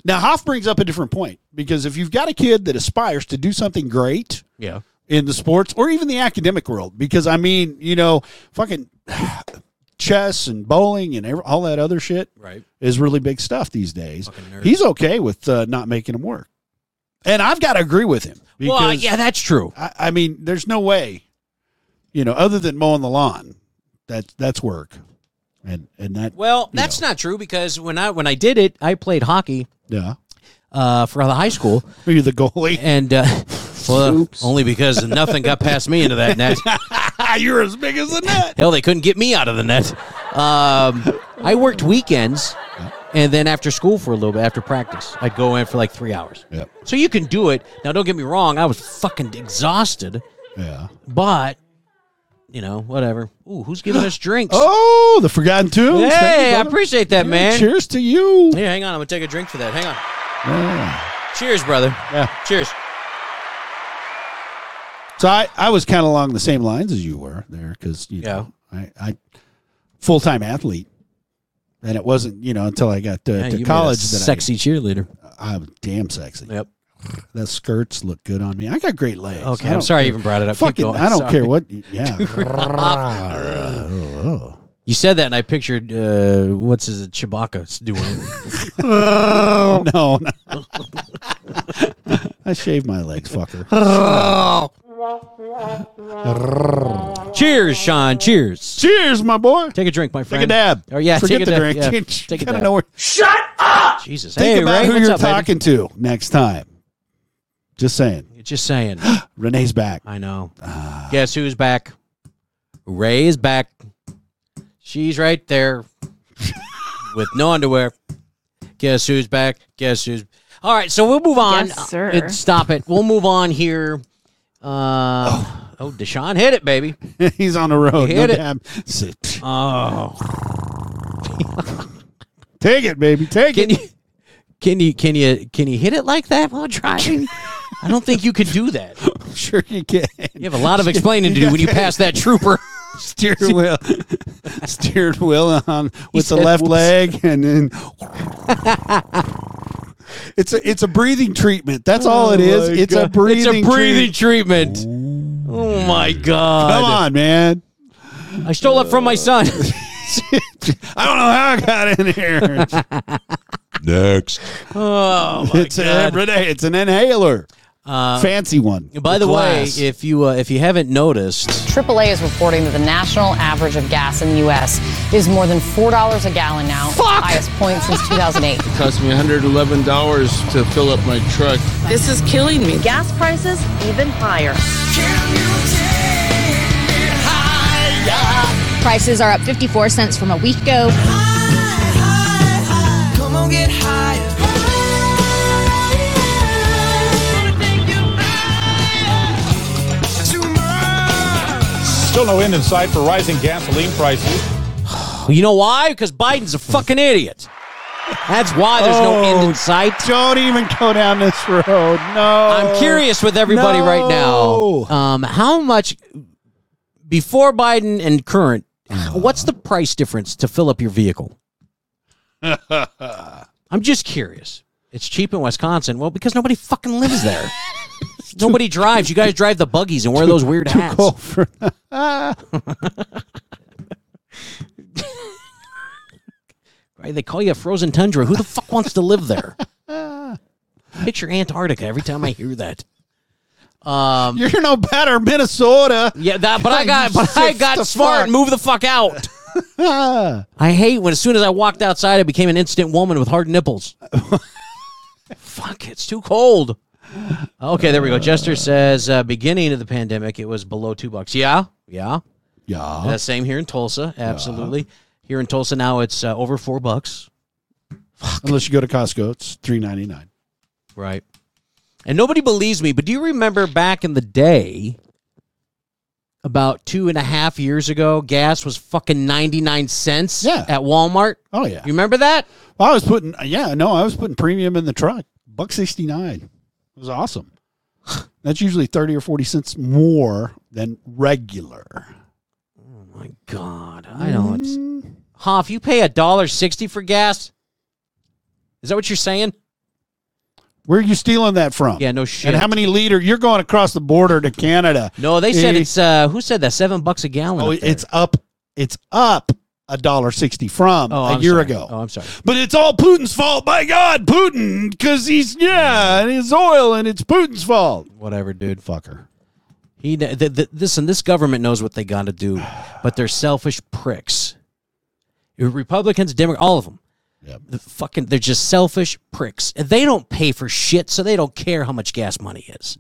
Now, Hoff brings up a different point because if you've got a kid that aspires to do something great Yeah. in the sports or even the academic world, because I mean, you know, fucking *sighs* chess and bowling and every, all that other shit Right. is really big stuff these days. He's okay with uh, not making them work. And I've got to agree with him. Well, yeah, that's true. I, I mean, there's no way, you know, other than mowing the lawn, that, that's work. And, and that, Well, that's not true because when I when I did it, I played hockey yeah. uh, for the high school. Were you the goalie? And uh, *laughs* well, only because nothing got past me into that net. *laughs* You're as big as a *laughs* net. Hell, they couldn't get me out of the net. Um, I worked weekends, and then after school for a little bit, after practice, I'd go in for like three hours. Yep. So you can do it. Now, don't get me wrong; I was fucking exhausted, Yeah. but you know, whatever. Ooh, who's *gasps* giving us drinks? Oh, the Forgotten Tunes. Thank you, Hey, I brother. appreciate that, Yeah, man. Cheers to you. Here, hang on. I'm gonna take a drink for that. Hang on. Yeah. Cheers, brother. Yeah. Cheers. So I, I was kind of along the same lines as you were there because, you know, I, I full time athlete. And it wasn't, you know, until I got to, Yeah, you to made a college that sexy cheerleader. I, I'm damn sexy. Yep. The skirts look good on me. I got great legs. Okay, I I'm don't sorry I care. even brought it up. Keep Fucking, going. I don't Sorry. care what. Yeah. *laughs* You said that, and I pictured uh, what's his Chewbacca doing *laughs* it. no, no. *laughs* I shaved my legs, fucker. Cheers, Sean. Cheers. Cheers, my boy. Take a drink, my friend. Take a dab. Oh yeah, Forget take a the dab. drink. Yeah, *laughs* You take a gotta dab. know where- Shut up! Jesus. Think hey, about Ray, who what's you're up, baby? talking to next time. Just saying. Just saying. *gasps* Renee's back. I know. Ah. Guess who's back? Ray is back. She's right *laughs* there with no underwear. Guess who's back? Guess who's. All right, so we'll move on. Yes, sir. Uh, Stop it. We'll move on here. Uh, oh. Deshaun *laughs* hit it, baby. He's on the road. You No hit it. dab. Sit. Oh. Take it, baby. Take *laughs* Can it. you can you can you can you hit it like that while driving? I don't think you could do that. *laughs* sure you can. You have *laughs* a lot of explaining to do when you pass that trooper. *laughs* Steer wheel. Steered wheel on with the said, left "Whoops." leg and *laughs* then It's a it's a breathing treatment. That's all it is. Oh my It's a God. breathing It's a breathing treat- treatment. Oh my god! Come on, man. *laughs* I stole it from my son. I don't know how I got in *laughs* here. Next. oh my it's god! a, Renee, it's an inhaler. Uh, Fancy one. by the Glass. way, if you uh, if you haven't noticed, AAA is reporting that the national average of gas in the U.S. is more than $4 a gallon now, Fuck! highest point *laughs* since 2008. It cost me $111 to fill up my truck. This is killing me. Gas prices even higher. Prices are up 54 cents from a week ago. Come on, get higher. Still no end in sight for rising gasoline prices. you know why? Because Biden's a fucking idiot. That's why there's no end Oh, in sight. Don't even go down this road. No. I'm curious with everybody right No. now. Um, how much before Biden and current? What's the price difference to fill up your *laughs* vehicle? I'm just curious. It's cheap in Wisconsin. Well, because nobody fucking lives *laughs* there. nobody drives. You guys drive the buggies and wear those weird hats. Right? They call you a frozen tundra. Who the *laughs* fuck wants to live there? Picture Antarctica every time I hear that. *laughs* Um, You're no better, Minnesota. Yeah, that. *laughs* But I got. But I got smart. Move the fuck out. Ah. I hate when as soon as I walked outside, I became an instant woman with *laughs* hard nipples. Fuck, it's too cold. Okay, there we go. Jester says, uh, beginning of the pandemic, it was below two bucks. Yeah, yeah, yeah. Uh, same here in Tulsa. Absolutely, here in Tulsa now it's uh, over four bucks. Unless you go to Costco, it's three ninety nine. Right. And nobody believes me, but do you remember back in the day, about two and a half years ago, gas was fucking 99 cents Yeah. at Walmart? Oh yeah. You remember that? Well, I was putting yeah, no, I was putting premium in the truck. Buck sixty nine. It was *laughs* awesome. That's usually thirty or forty cents more than regular. My God. I know. It's, Mm-hmm. Hoff, you pay a dollar sixty for gas? Is that what you're saying? Where are you stealing that from? Yeah, no shit. And how many liter? You're going across the border to Canada. No, they said Eh, it's uh who said that? Seven bucks a gallon. oh, up there. it's up. It's up a dollar sixty from Oh, a I'm year sorry. ago. Oh, I'm sorry. But it's all Putin's fault. By God, Putin, because he's yeah, and his oil, and it's Putin's fault. Whatever, dude. Fucker. He th- th- th- listen. This government knows what they got to do, but they're selfish pricks. Republicans, Democrats, all of them. Yep. The fucking, they're just selfish pricks. And they don't pay for shit, so they don't care how much gas money is.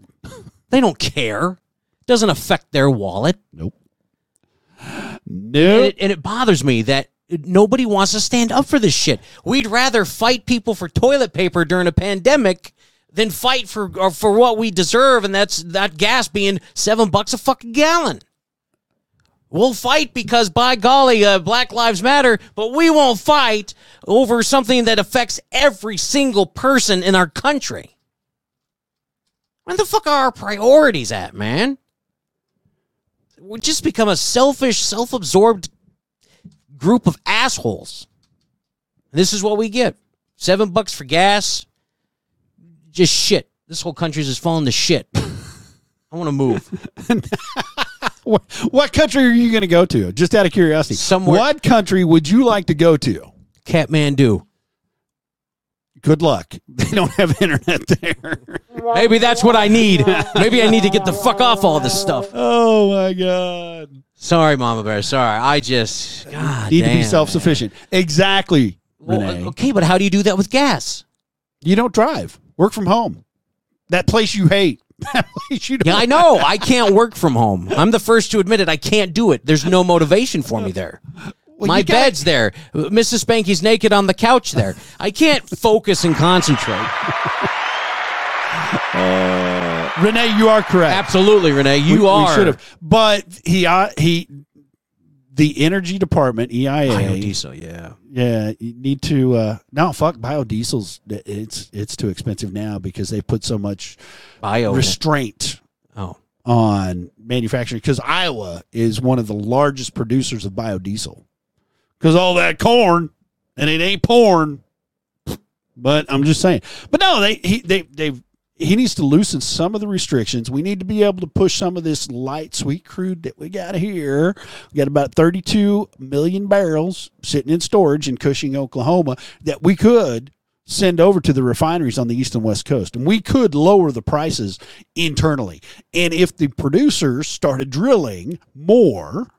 they don't care. Doesn't affect their wallet. Nope. And Nope. it, and it bothers me that nobody wants to stand up for this shit. We'd rather fight people for toilet paper during a pandemic than fight for or for what we deserve, and that's that gas being seven bucks a fucking gallon. We'll fight because, by golly, uh, Black Lives Matter, but we won't fight over something that affects every single person in our country. Where the fuck are our priorities at, man? we just become a selfish, self absorbed group of assholes. And this is what we get seven bucks for gas. Just shit. This whole country's just falling to shit. I want to move. What, what country are you going to go to? Just out of curiosity, Somewhere- What country would you like to go to? Kathmandu. Good luck. *laughs* They don't have internet there. *laughs* Maybe that's what I need. Maybe I need to get the fuck off all this stuff. oh my god! Sorry, Mama Bear. Sorry. I just. God Need to damn, be man. self-sufficient. Exactly, Well, Renee. okay, but how do you do that with gas? You don't drive. Work from home. That place you hate. *laughs* That place you Yeah, don't. I know. I can't work from home. I'm the first to admit it. I can't do it. There's no motivation for me there. Well, My you gotta- bed's there. Mrs. Spanky's naked on the couch there. I can't focus and concentrate. Renee, you are correct. Absolutely, Renee. You We- we are. should have. But he uh, he, the energy department EIA. Biodiesel, yeah. Yeah, you need to. Uh, no, fuck biodiesels. It's it's too expensive now because they put so much Bio. restraint oh. on manufacturing. Because Iowa is one of the largest producers of biodiesel. Because all that corn, and it ain't porn. But I'm just saying. But no, they he they they've. He needs to loosen some of the restrictions. We need to be able to push some of this light, sweet crude that we got here. We got about 32 million barrels sitting in storage in Cushing, Oklahoma, that we could send over to the refineries on the east and west coast. And we could lower the prices internally. And if the producers started drilling more,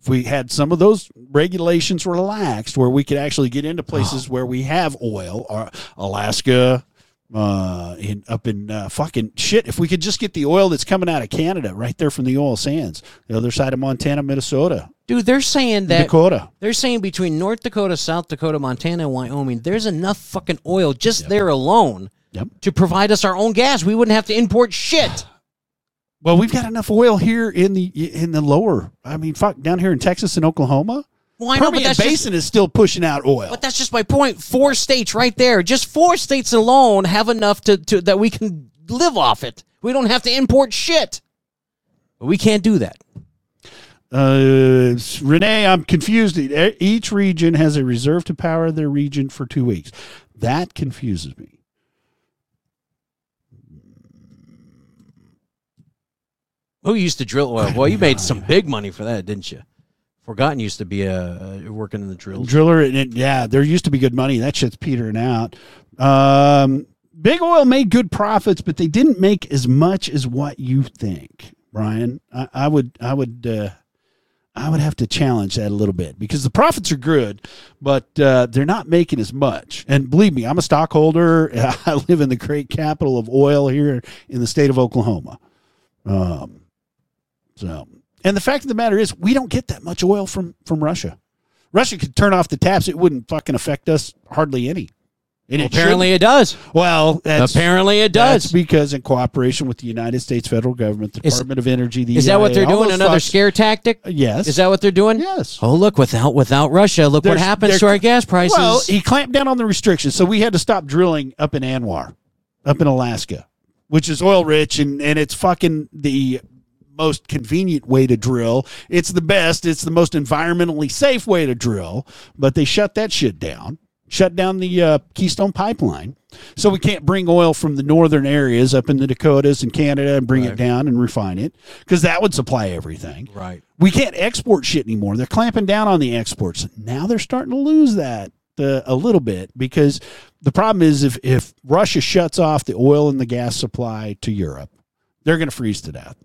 if we had some of those regulations relaxed where we could actually get into places where we have oil or Alaska uh in up in uh, fucking shit if we could just get the oil that's coming out of Canada right there from the oil sands the other side of Montana Minnesota Dude, they're saying that. Dakota They're saying between North Dakota, South Dakota, Montana, and Wyoming, there's enough fucking oil just there alone Yep. to provide us our own gas. We wouldn't have to import shit. well we've got enough oil here in the in the lower I mean fuck down here in Texas and Oklahoma Why not? But Permian that's just- Basin is still pushing out oil But that's just my point. Four states right there. Just four states alone have enough to, to that we can live off it. We don't have to import shit. But we can't do that. Uh, Renee, I'm confused. E- Each region has a reserve to power their region for two weeks. That confuses me. Who used to drill oil? Boy, you made some big money for that, didn't you? Forgotten used to be uh, uh, working in the drill. Driller, and it, yeah, there used to be good money. That shit's petering out. Um, big oil made good profits, but they didn't make as much as what you think, Brian. I, I would, I would, uh, I would have to challenge that a little bit because the profits are good, but uh, they're not making as much. And believe me, I'm a stockholder. *laughs* I live in the great capital of oil here in the state of Oklahoma. Um, so, and the fact of the matter is, we don't get that much oil from from Russia. Russia could turn off the taps; it wouldn't fucking affect us hardly any. And it Apparently, shouldn't. it does. Well, that's, Apparently it does. that's because in cooperation with the United States federal government, the Is- Department of Energy, the Is that what EIA, they're all doing? those Another fucks- scare tactic? Yes. Is that what they're doing? Yes. Oh, look without without Russia, look what There's- happens there- to our gas prices. Well, he clamped down on the restrictions, so we had to stop drilling up in Anwar, up in Alaska, which is oil rich and and it's fucking the most convenient way to drill. It's the best. It's the most environmentally safe way to drill. But they shut that shit down. Shut down the uh, Keystone Pipeline, so we can't bring oil from the northern areas up in the Dakotas and Canada and bring it down and refine it because that would supply everything. right. We can't export shit anymore. They're clamping down on the exports. Now they're starting to lose that uh, a little bit because the problem is if, if Russia shuts off the oil and the gas supply to Europe, they're going to freeze to death.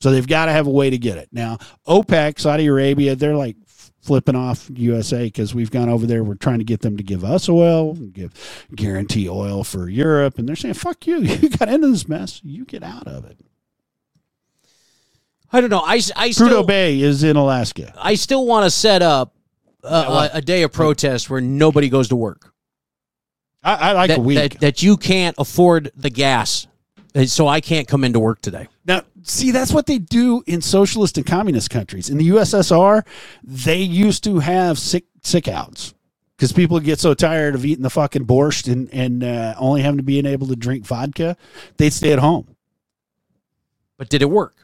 So they've got to have a way to get it. Now, OPEC, Saudi Arabia, they're like flipping off USA because we've gone over there. We're trying to get them to give us oil, give guarantee oil for Europe. And they're saying, fuck you. *laughs* You got into this mess. You get out of it. I don't know. I, s- I Prudhoe still Bay is in Alaska. I still want to set up a, a, a day of protest where nobody goes to work. I, I like that, a week. That, that you can't afford the gas, and so I can't come into work today. now, see, that's what they do in socialist and communist countries. In the USSR, they used to have sick sick outs because people get so tired of eating the fucking borscht and and uh, only having to being able to drink vodka, they'd stay at home. But did it work?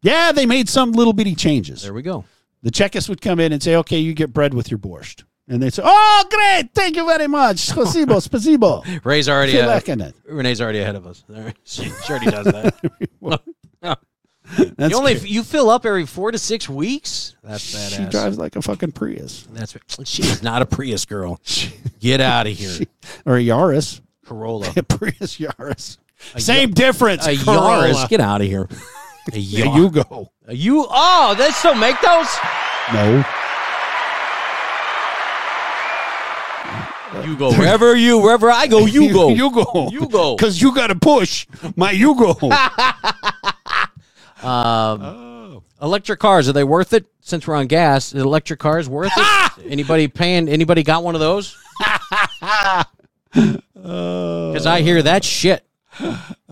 Yeah, they made some little bitty changes. There we go. The Czechists would come in and say, "Okay, you get bread with your borscht," and they'd say, "Oh, great, thank you very *laughs* much, spasibo, spasibo." Ray's already Feel uh, like in it. Renee's already ahead of us. *laughs* There. She, she already does *laughs* that. That's you only great. you fill up every four to six weeks. That's badass. she drives like a fucking Prius That's she's not a Prius *laughs* girl. Get out of here, or a Yaris, Corolla. *laughs* a Prius Yaris. Same difference. A Corolla. Yaris. Get out of here. *laughs* A Yeah, Yaris. you go. A you. Oh, they still make those. No. You go wherever you wherever I go. Oh, You *laughs* go. you go. *laughs* You go. Because you got to push my you *laughs* go. Um, Electric cars are they worth it? Since we're on gas, is electric cars worth *laughs* it? anybody paying? Anybody got one of those? Uh, Because I hear that shit.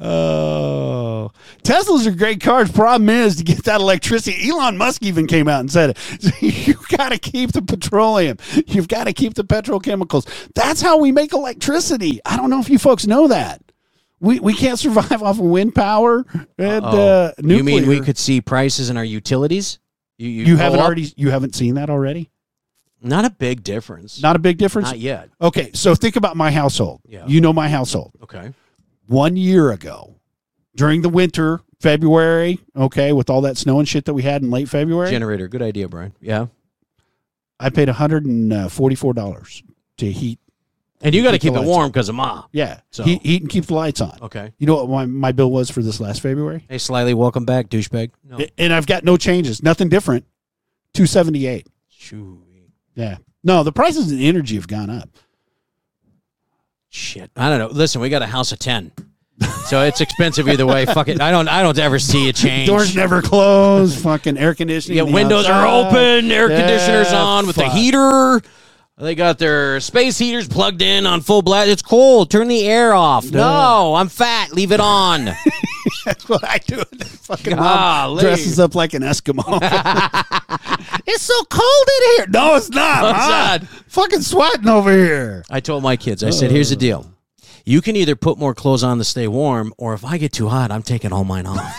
oh. Teslas are great cars. Problem is to get that electricity. Elon Musk even came out and said it. *laughs* you got to keep the petroleum. You've got to keep the petrochemicals. That's how we make electricity. I don't know if you folks know that. We, we can't survive *laughs* off of wind power and uh, Oh, nuclear. you mean we could see prices in our utilities? You, You haven't go up? already. You haven't seen that already. Not a big difference. Not a big difference. Not yet. Okay, so think about my household. Yeah. You know my household. Okay. One year ago, during the winter, February, okay, with all that snow and shit that we had in late February, Generator. Good idea, Brian. Yeah. I paid $144 uh, to heat. And you got to Keep the keep it lights warm because of Ma. Yeah. So- Heat, heat and keep the lights on. Okay. You know what my, my bill was for this last February? Hey, Slyly, welcome back, douchebag. No. And I've got no changes, nothing different. 278 Shoo. Yeah. No, the prices and energy have gone up. Shit. I don't know. Listen, we got a house of 10. So it's expensive either way. Fuck it. I don't I don't ever see a change. Doors never close. *laughs* fucking air conditioning. yeah, on the windows are outside. open, air conditioners Yeah, on with the fuck. heater. They got their space heaters plugged in on full blast. It's cold. Turn the air off. No, I'm fat. Leave it *laughs* on. *laughs* That's what I do. *laughs* And then fucking mom Golly. dresses up like an *laughs* Eskimo. it's so cold in here. No, it's not. No, it's Ma. not. Fucking sweating over *laughs* here. I told my kids, I said, here's the deal. You can either put more clothes on to stay warm, or if I get too hot, I'm taking all mine off.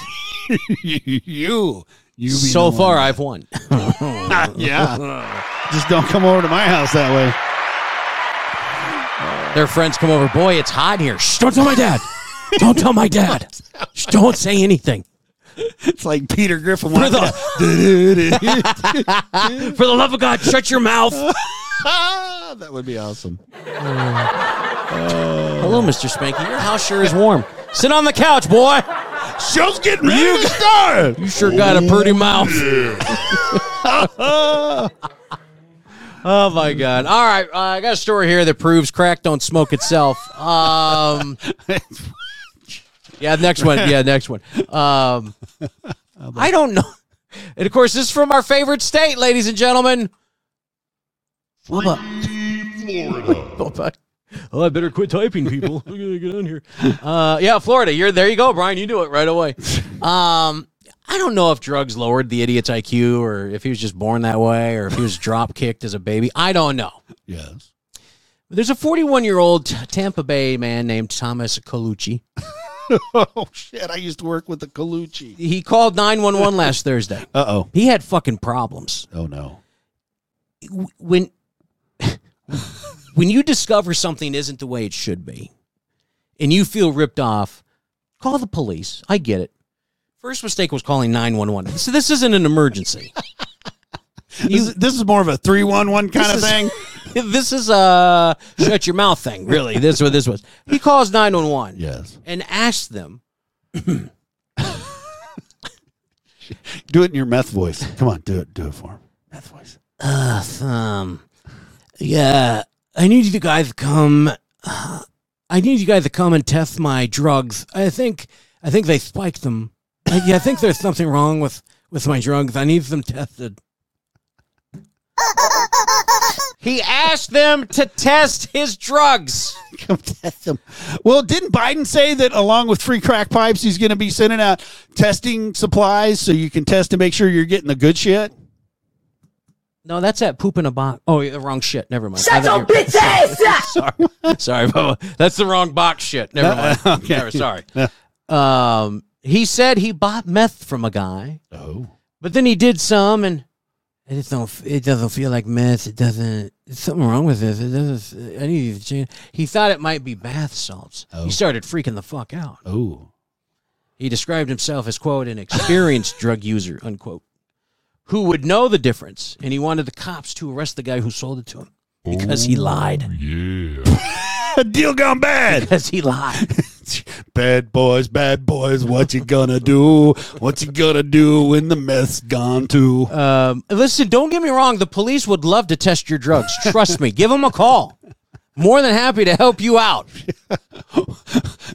you, you. Be so the far, one. I've won. *laughs* yeah. Just don't come over to my house that way. Their friends come over. Boy, it's hot here. Shh, don't tell my dad. Don't tell my dad. Shh, don't say anything. It's like Peter Griffin. For walking the, *laughs* *laughs* out. for the love of God, shut your mouth. Ah, that would be awesome. Hello, Mr. Spanky. Your house sure is warm. Sit on the couch, boy. Show's getting ready you to *laughs* start. You sure got a pretty mouth. oh my God! All right, uh, I got a story here that proves crack don't smoke itself. Um, yeah, next one. Yeah, next one. Um, I don't know. And of course, this is from our favorite state, ladies and gentlemen. Florida. Florida. Oh, I better quit typing, people. I'm gonna get on here. Uh, yeah, Florida. You're there. You go, Brian. You do it right away. Um, I don't know if drugs lowered the idiot's IQ, or if he was just born that way, or if he was drop kicked as a baby. I don't know. Yes. There's a 41 year old Tampa Bay man named Thomas Colucci. *laughs* oh shit! I used to work with the Colucci. He called 911 last Thursday. Uh oh. He had fucking problems. Oh no. When *laughs* when you discover something isn't the way it should be and you feel ripped off, call the police. I get it. First mistake was calling 911. So this isn't an emergency. this, is, this is more of a 311 kind of This thing. is- *laughs* this is a shut your mouth thing, really. This is what this was. He calls 911 Yes. and asks them, Do it in your meth voice. *laughs* Come on, do it. Do it for him. Meth voice. uh, um, yeah, I need you guys to come. uh, I need you guys to come and test my drugs. I think, I think they spiked them. I, yeah, I think there's something wrong with with my drugs. I need them tested. He asked them to test his drugs. *laughs* Come test them. Well, didn't Biden say that along with free crack pipes, he's going to be sending out testing supplies so you can test and make sure you're getting the good shit? No, that's that poop in a box. Oh, yeah, the wrong shit. Never mind. I Shut thought your bitch ass up! Sorry, *laughs* sorry, Bubba. that's the wrong box shit. Never mind. Uh, okay. *laughs* Never- sorry. Um, he said he bought meth from a guy. Oh. But then he did some, and it just don't. It doesn't feel like meth. It doesn't. There's something wrong with this. It doesn't. I need to change. He thought it might be bath salts. Oh. He started freaking the fuck out. Oh. He described himself as quote *laughs* an experienced drug user unquote, who would know the difference, and he wanted the cops to arrest the guy who sold it to him because Oh, he lied. A *laughs* deal gone bad. Because he lied. *laughs* Bad boys, bad boys, what you gonna do? What you gonna do when the meth's gone too? Um, listen, don't get me wrong. The police would love to test *laughs* your drugs. Trust me. Give them a call. More than happy to help you out. *laughs*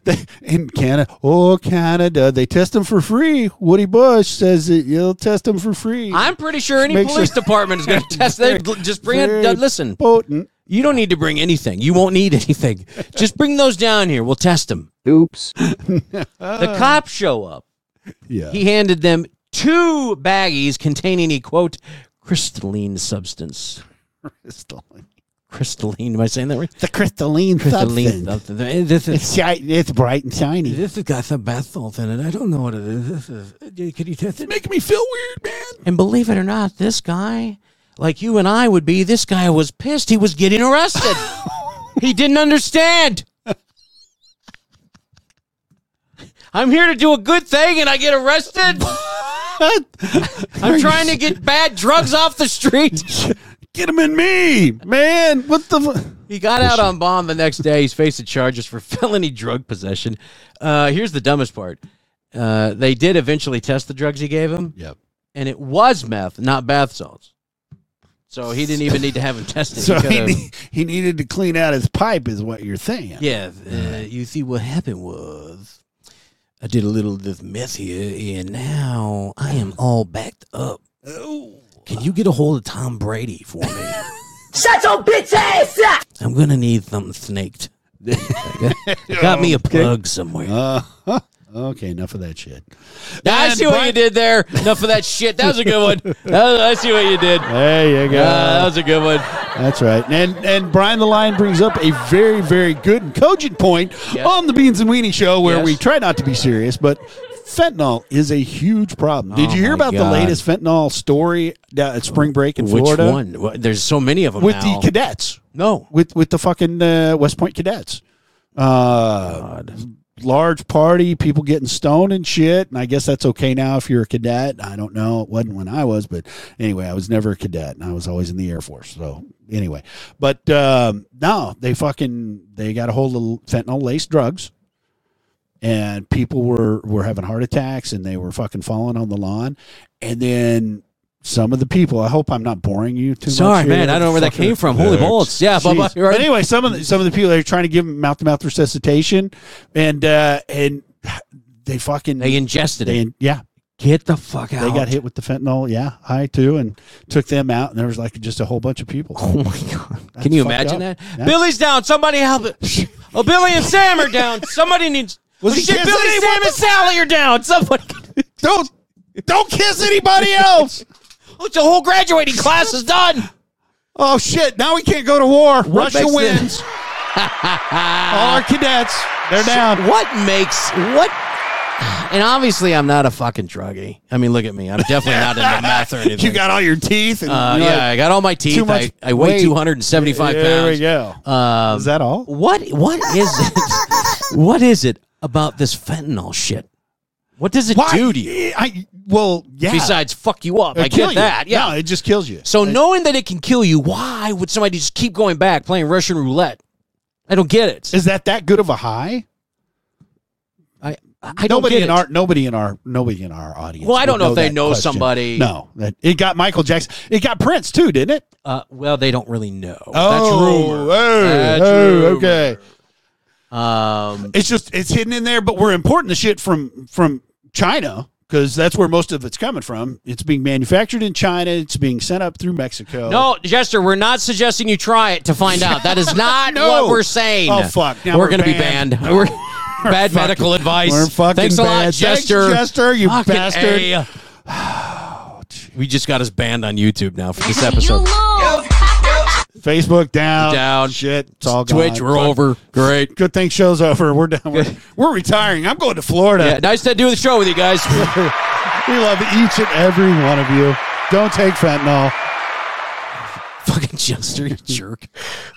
They- in Canada, oh Canada, they test them for free. Woody Bush says that you'll test them for free. I'm pretty sure any Make sure- police department *laughs* is going to test. They just bring it. uh, Very Listen, potent. you don't need to bring anything. You won't need anything. Just bring those down here. We'll test them. Oops. The cops show up. Uh. Yeah. He handed them two baggies containing a quote crystalline substance. crystalline. Crystalline. Am I saying that right? The crystalline, Crystalline. substance. substance. This is It's, shi- it's bright and shiny. This has got some bath salts in it. I don't know what it is. This is. uh, Can you test it? making me feel weird, man. And believe it or not, this guy, like you and I would be, this guy was pissed. He was getting *laughs* arrested. he didn't understand. I'm here to do a good thing and I get *laughs* arrested. *laughs* I'm trying to get bad drugs off the street. Get him in me, man. What the? F- He got out on bond the next day. He's facing charges for *laughs* felony drug possession. Uh, here's the dumbest part. Uh, they did eventually test the drugs he gave him. Yep. and it was meth, not bath salts. So he didn't even need to have him tested. So he, could've- ne- he needed to clean out his pipe, is what you're saying. yeah, uh, you see, what happened was I did a little of this meth here, and now I am all backed up. Can you get a hold of Tom Brady *laughs* for me? Shut your bitch ass up! I'm gonna need *laughs* something snaked. I got, I got me a plug somewhere. Uh, okay, enough of that shit. Now, I And see what Brian- you did there. Enough of that shit. That was a good *laughs* one. That was- I see what you did. Uh, There you go. that was a good one. That's right. And and Brian the Lion brings up a very, very good and cogent point Yes. on the Beans and Weenie show where Yes. we try not to be serious, but fentanyl is a huge problem. Did Oh you hear my about the God. latest fentanyl story down at spring break in Which Florida? one? Well, There's so many of them With Oh, now. the cadets. no. With with the fucking uh, West Point cadets. Uh, large party, people getting stoned and shit. And I guess that's okay now if you're a cadet. I don't know. It wasn't when I was, but anyway, I was never a cadet and I was always in the Air Force. So anyway, but um, no, they fucking, they got a hold of fentanyl laced drugs and people were, were having heart attacks and they were fucking falling on the lawn. And then some of the people, I hope I'm not boring you too much. Sorry, here. man. I don't know where that Fucking- came from. Holy bolts. *laughs* Yeah, blah, blah. Jeez. But anyway, some of the, some of the people they're trying to give them mouth to mouth resuscitation, and uh, and they fucking They ingested they, it. Yeah, Get the fuck out. they got *laughs* hit with the fentanyl. Yeah, high too, and took them out, and there was like just a whole bunch of people. Oh my god! Can you imagine that? Billy's down. Somebody *laughs* help. it. Oh, Billy and Sam are down. Somebody needs. Was oh, he shit, kissing Billy, anyone? Sam, and Sally are down. Somebody. *laughs* Don't don't kiss anybody else. *laughs* Oh, the whole graduating class is done. Oh shit! Now we can't go to war. What Russia makes them- *laughs* Ah. wins. All our cadets, they're down. What makes what? And obviously, I'm not a fucking druggie. I mean, look at me. I'm definitely not into meth or *laughs* anything. You got all your teeth. And Uh, you're yeah, like, I got all my teeth. too much I, I weigh weight. 275 pounds. There we go. Um, Is that all? What What is it? what is it about this fentanyl shit? What does it Why? do to you? I well, yeah. Besides fuck you up, It'll I kill get you. that. Yeah. No, it just kills you. so It- knowing that it can kill you, why would somebody just keep going back playing Russian roulette? I don't get it. Is that that good of a high? I I don't nobody get in it. our nobody in our nobody in our audience. Well, I don't would know if they that know question. somebody. No, that, it got Michael Jackson. It got Prince too, didn't it? Uh, well, they don't really know. Oh, That's rumor. oh, That's oh, rumor. okay. Um, It's just it's hidden in there, but we're importing the shit from from China because that's where most of it's coming from. It's being manufactured in China. It's being sent up through Mexico. No, Jester, we're not suggesting you try it to find out. That *laughs* is not No. what we're saying. Oh, fuck. Now We're, we're going to be banned. banned. *laughs* We're, bad fucking- medical advice. we're fucking Thanks a lot, banned. Thanks, Jester. Jester, you Fucking bastard. A. *sighs* we just got us banned on YouTube now for *laughs* this You episode. lose. Facebook down, Down. shit. It's all gone. Twitch, we're over. Great. Good thing show's over. We're done. We're, we're retiring. I'm going to Florida. Yeah, nice to do the show with you guys. *laughs* We love each and every one of you. Don't take fentanyl. fucking *laughs* Jester, you jerk.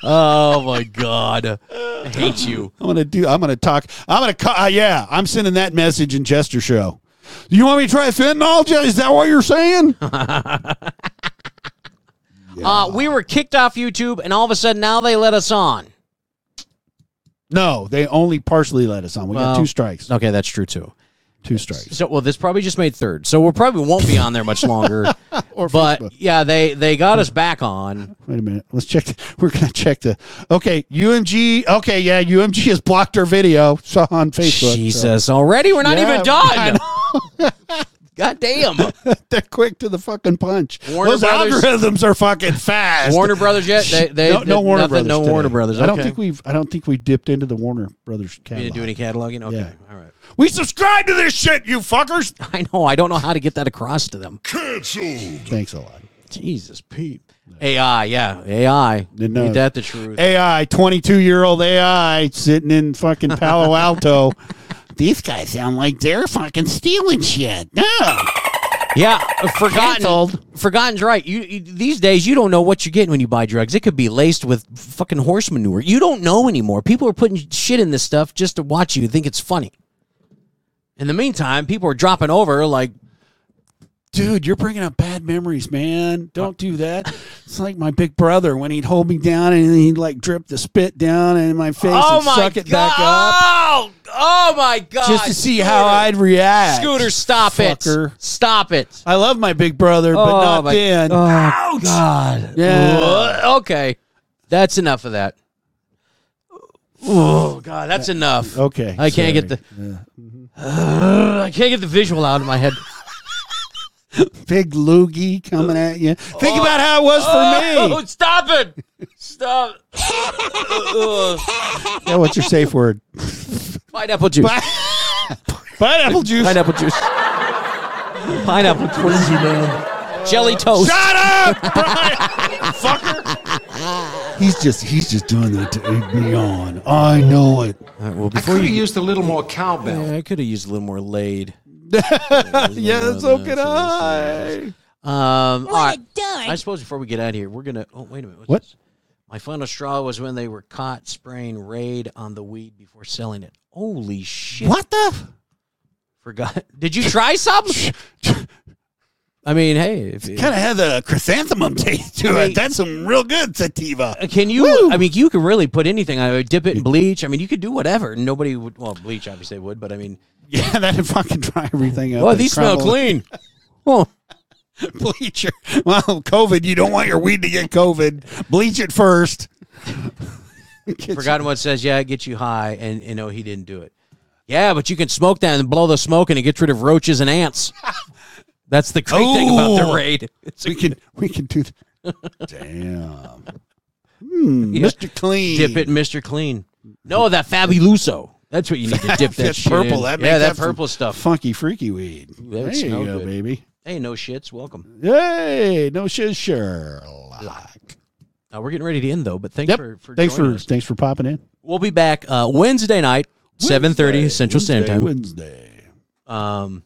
Oh my god, I hate you. I'm gonna do. I'm gonna talk. I'm gonna. Ca- uh, yeah, I'm sending that message in Jester show. You want me to try fentanyl? Je- Is that what you're *laughs* saying? Uh, we were kicked off YouTube, and all of a sudden now they let us on. no, they only partially let us on. We got Well, two strikes. Okay, that's true too. Two strikes. So well, this probably just made third. So we probably won't be on there much longer. *laughs* Or but Facebook. yeah, they they got us back on. Wait a minute. Let's check. *laughs* The, we're gonna check the. Okay, UMG. Okay, yeah, UMG has blocked our video so on Facebook. so- Jesus, already we're not Yeah, even I done. *laughs* God damn, *laughs* They're quick to the fucking punch. Warner Those Brothers- algorithms are *laughs* fucking fast. Warner Brothers yet? They, they no, no did Warner nothing, Brothers. No today. Warner Brothers. I don't okay. think we've. I don't think we dipped into the Warner Brothers we catalog. didn't do any cataloging. Okay, Yeah. all right. *laughs* We subscribe to this shit, you fuckers. I know. I don't know how to get that across *laughs* to them. Thanks a lot. Jesus, Pete. AI, yeah, AI. Didn't know. Ain't that the truth? AI, twenty-two-year-old AI sitting in fucking *laughs* Palo Alto. These guys sound like they're fucking stealing shit. No, *laughs* Yeah, forgotten. Canceled. Forgotten's right. You, you these days you don't know what you're getting when you buy drugs. It could be laced with fucking horse manure. You don't know anymore. People are putting shit in this stuff just to watch you think it's funny. In the meantime, people are dropping over like dude, you're bringing up bad memories, man. Don't do that. It's like my big brother when he'd hold me down and he'd like drip the spit down in my face and suck it back up Oh, oh my god! just to see how I'd react. Scooter, stop Fucker. it! Stop it! I love my big brother, but Oh, not my- then. Oh god! Yeah. Ugh, Okay, that's enough of that. Oh god, that's enough. Okay, I can't get the. sorry. Ugh, I can't get the visual out of my *laughs* head. big loogie coming at you. Think about how it was for Oh, me. stop it! Stop. Ugh. Yeah, what's your safe word? Pineapple juice. Pineapple juice. Pineapple juice. Pineapple twizzy, man. Jelly toast. Shut up, *laughs* Brian, fucker. He's just he's just doing that to egg me on. I know it. All right, well, before you used a little more cowbell. Yeah, I could have used a little more laid. Yeah, so could I. Um, all What right. a dud. Um, I suppose before we get out of here, we're gonna. Oh, wait a minute. What's What? this? My final straw was when they were caught spraying Raid on the weed before selling it. Holy shit. What the? Forgot. Did you try *laughs* something? I mean, hey, if you, Kind of had the chrysanthemum taste to Hey. it. That's some real good sativa. can you? I mean, you could really put anything. I would dip it in bleach. I mean, you could do whatever. Nobody would. Well, bleach obviously would, but I mean, *laughs* Yeah, that'd fucking dry everything up. well, and these smell crumble. *laughs* clean. Oh, Bleacher. Well, COVID, you don't want your weed to get COVID. Bleach it *laughs* first. *laughs* forgotten what it says. Yeah, it gets you high, and you know he didn't do it. Yeah, but you can smoke that and blow the smoke, and it gets rid of roaches *laughs* and ants. That's the great thing about the Oh. raid. It's We can we can do that. Damn. Hmm, *laughs* Yeah. Mr. Clean. Dip it, in Mr. Clean. No, that Fabuloso. That's what you *laughs* need to dip that That's shit purple. in. That yeah, makes that up for- purple stuff. Funky freaky weed. That would there you smell go, good. baby. Hey, no shits. Welcome. Hey, no shiz Sherlock. Uh, we're getting ready to end though, but thanks Yep. for, for thanks joining for us. thanks for popping in. We'll be back uh, Wednesday night, seven thirty Central Standard Time. Wednesday. Um,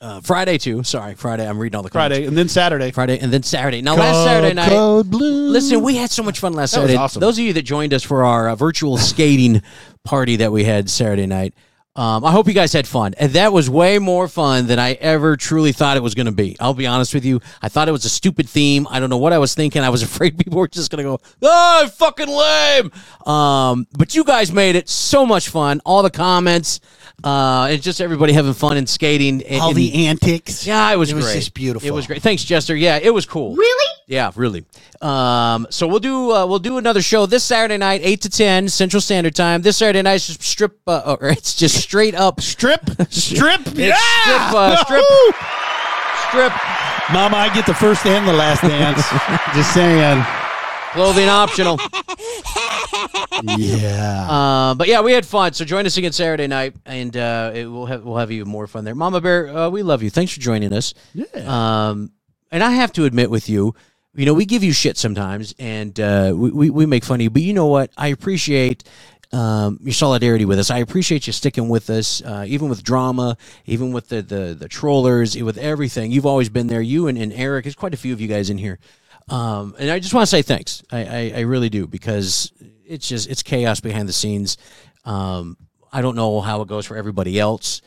uh, Friday too. Sorry, Friday. I'm reading all the comments. Friday and then Saturday. Friday and then Saturday. Now last Saturday night, Code blue. listen, we had so much fun last That was Saturday. awesome. Those of you that joined us for our uh, virtual skating party that we had Saturday night, um, I hope you guys had fun. And that was way more fun than I ever truly thought it was going to be. I'll be honest with you. I thought it was a stupid theme. I don't know what I was thinking. I was *laughs* afraid people were just going to go, oh, fucking lame. Um, but you guys made it so much fun. All the comments. Uh, it's just everybody having fun and skating. And, All and- the antics. yeah, it was It great. was just beautiful. It was great. Thanks, Jester. Yeah, it was cool. Really? Yeah, really. Um, so we'll do uh, we'll do another show this Saturday night, eight to ten Central Standard Time. This Saturday night, it's just strip uh, *laughs* or it's just straight up strip, *laughs* strip, yeah, strip, uh, strip, strip Mama, I get the first and the last *laughs* dance. Just saying. clothing optional. Yeah. Uh, but yeah, we had fun. So join us again Saturday night, and uh, it, we'll have we'll have even more fun there. Mama Bear, uh, we love you. Thanks for joining us. Yeah. Um, and I have to admit with you, you know, we give you shit sometimes, and uh, we, we we make fun of you. But you know what? I appreciate. Um, your solidarity with us. I appreciate you sticking with us, uh, even with drama, even with the the, the trollers, with everything. You've always been there. You and, and Eric, there's quite a few of you guys in here. Um, and I just want to say thanks. I, I, I really do because it's just it's chaos behind the scenes. Um, I don't know how it goes for everybody else,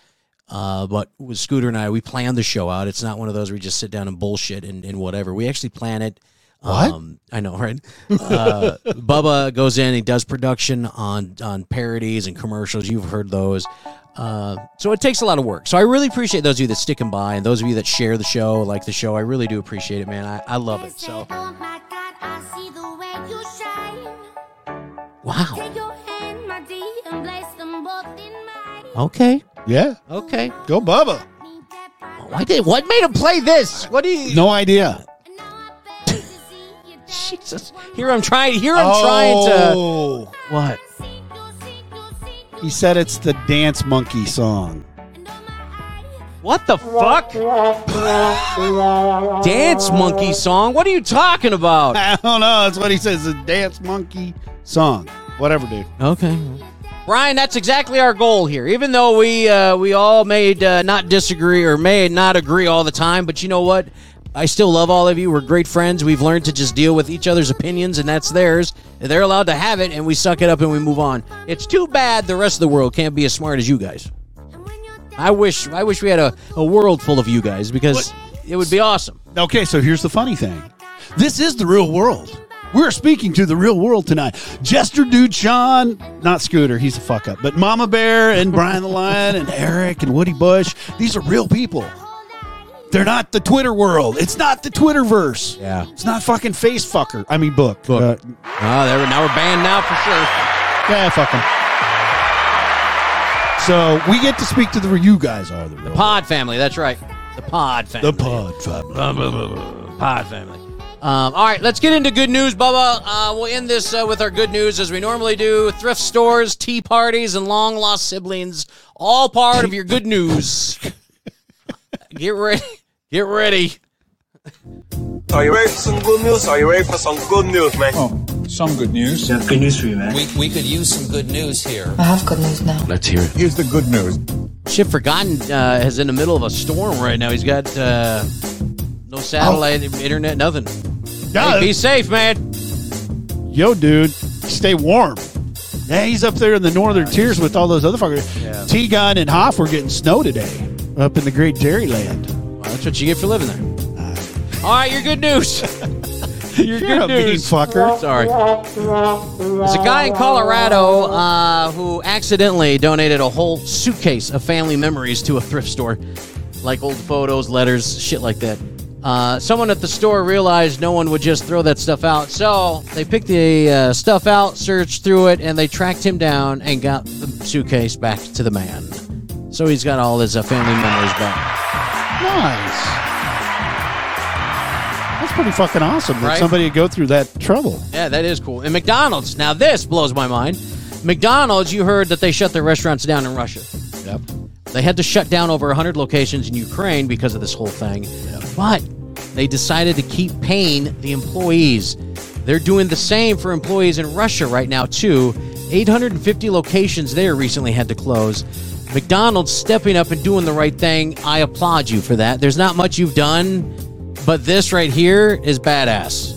uh, but with Scooter and I, we plan the show out. It's not one of those where we just sit down and bullshit and, and whatever. We actually plan it. What? Um, I know, right? Uh, *laughs* Bubba goes in. He does production on on parodies and commercials. You've heard those. Uh, so it takes a lot of work. So I really appreciate those of you that stick and by, and those of you that share the show, like the show. I really do appreciate it, man. I, I love it. So Oh my God, I see the way you shine. wow. Take your hand, my dear, and place them both in mine. Okay. Yeah. Okay. Go Bubba. Why did what made him play this? What do you? No idea. Jesus. Here I'm trying. Here I'm trying to. Oh. What? to. He said it's the Dance Monkey song. What the fuck? Dance monkey song. What are you talking about? I don't know. That's what he says. The Dance Monkey song. Whatever, dude. Okay. Brian, that's exactly our goal here. Even though we uh, we all may uh, not disagree or may not agree all the time, but you know what? I still love all of you. We're great friends. We've learned to just deal with each other's opinions, and that's theirs. They're allowed to have it, and we suck it up and we move on. It's too bad the rest of the world can't be as smart as you guys. I wish I wish we had a, a world full of you guys because it would be awesome. Okay, so here's the funny thing. This is the real world. We're speaking to the real world tonight. Jester Dude Sean, not Scooter, he's a fuck up, but Mama Bear and Brian the Lion and Eric and Woody Bush, these are real people. They're not the Twitter world. It's not the Twitterverse. Yeah. It's not fucking face fucker. I mean, book. Uh, Oh, there we now we're banned now for sure. yeah, fuck 'em. So we get to speak to the you guys are the real. Pod family, that's right. The pod family. The pod family. pod family. Um, all right, let's get into good news, Bubba. Uh, we'll end this uh, with our good news as we normally do thrift stores, tea parties, and long lost siblings, all part of your good *laughs* news. get ready. Get ready. Are you ready for some good news? Are you ready for some good news, man? Oh, some good news. That's good news for you, man. We, we could use some good news here. I have good news now. Let's hear it. Here's the good news. Shit, Forgotten uh, is in the middle of a storm right now. He's got Oh. uh, no satellite, internet, nothing. Yeah. Hey, be safe, man. yo, dude, stay warm. Yeah, he's up there in the northern tiers with all those other fuckers. Yeah. T Gun and Hoff were getting snow today up in the great dairy land. Well, that's what you get for living there. All right, your good news. *laughs* your You're a good mean news. fucker. Sorry. There's a guy in Colorado uh, who accidentally donated a whole suitcase of family memories to a thrift store, like old photos, letters, shit like that. Uh, someone at the store realized no one would just throw that stuff out, so they picked the uh, stuff out, searched through it, and they tracked him down and got the suitcase back to the man. So he's got all his uh, family memories back. Nice. That's pretty fucking awesome that Right? somebody would go through that trouble. Yeah, that is cool. And McDonald's. Now this blows my mind. McDonald's, you heard that they shut their restaurants down in Russia. Yep. They had to shut down over 100 locations in Ukraine because of this whole thing. But they decided to keep paying the employees. They're doing the same for employees in Russia right now, too. 850 locations there recently had to close. McDonald's stepping up and doing the right thing. I applaud you for that. There's not much you've done, but this right here is badass.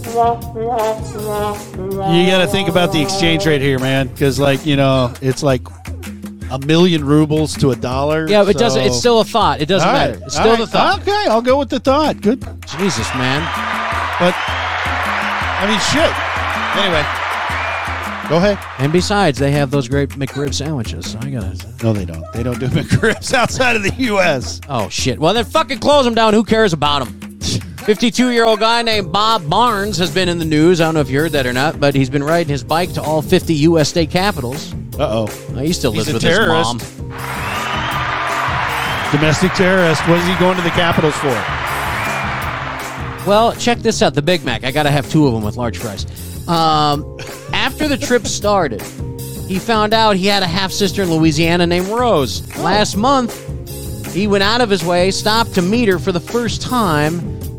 You got to think about the exchange rate here, man, because like you know, it's like a million rubles to a dollar. Yeah, but it so- doesn't. It's still a thought. It doesn't All right, matter. It's all still right. the thought. Okay, I'll go with the thought. Good, Jesus, man. but I mean, shit. Anyway, go ahead. And besides, they have those great McRib sandwiches. So I gotta. No, they don't. They don't do *laughs* McRibs outside of the U.S. Oh shit. Well, then fucking close them down. Who cares about them? 52 year old guy named Bob Barnes has been in the news. I don't know if you heard that or not, but he's been riding his bike to all 50 U.S. state capitals. Uh oh. He still He's lives a with terrorist. his mom. Domestic terrorist. What is he going to the capitals for? Well, check this out the Big Mac. I gotta have two of them with large fries. Um, after the trip started, he found out he had a half sister in Louisiana named Rose. Last month, he went out of his way, stopped to meet her for the first time,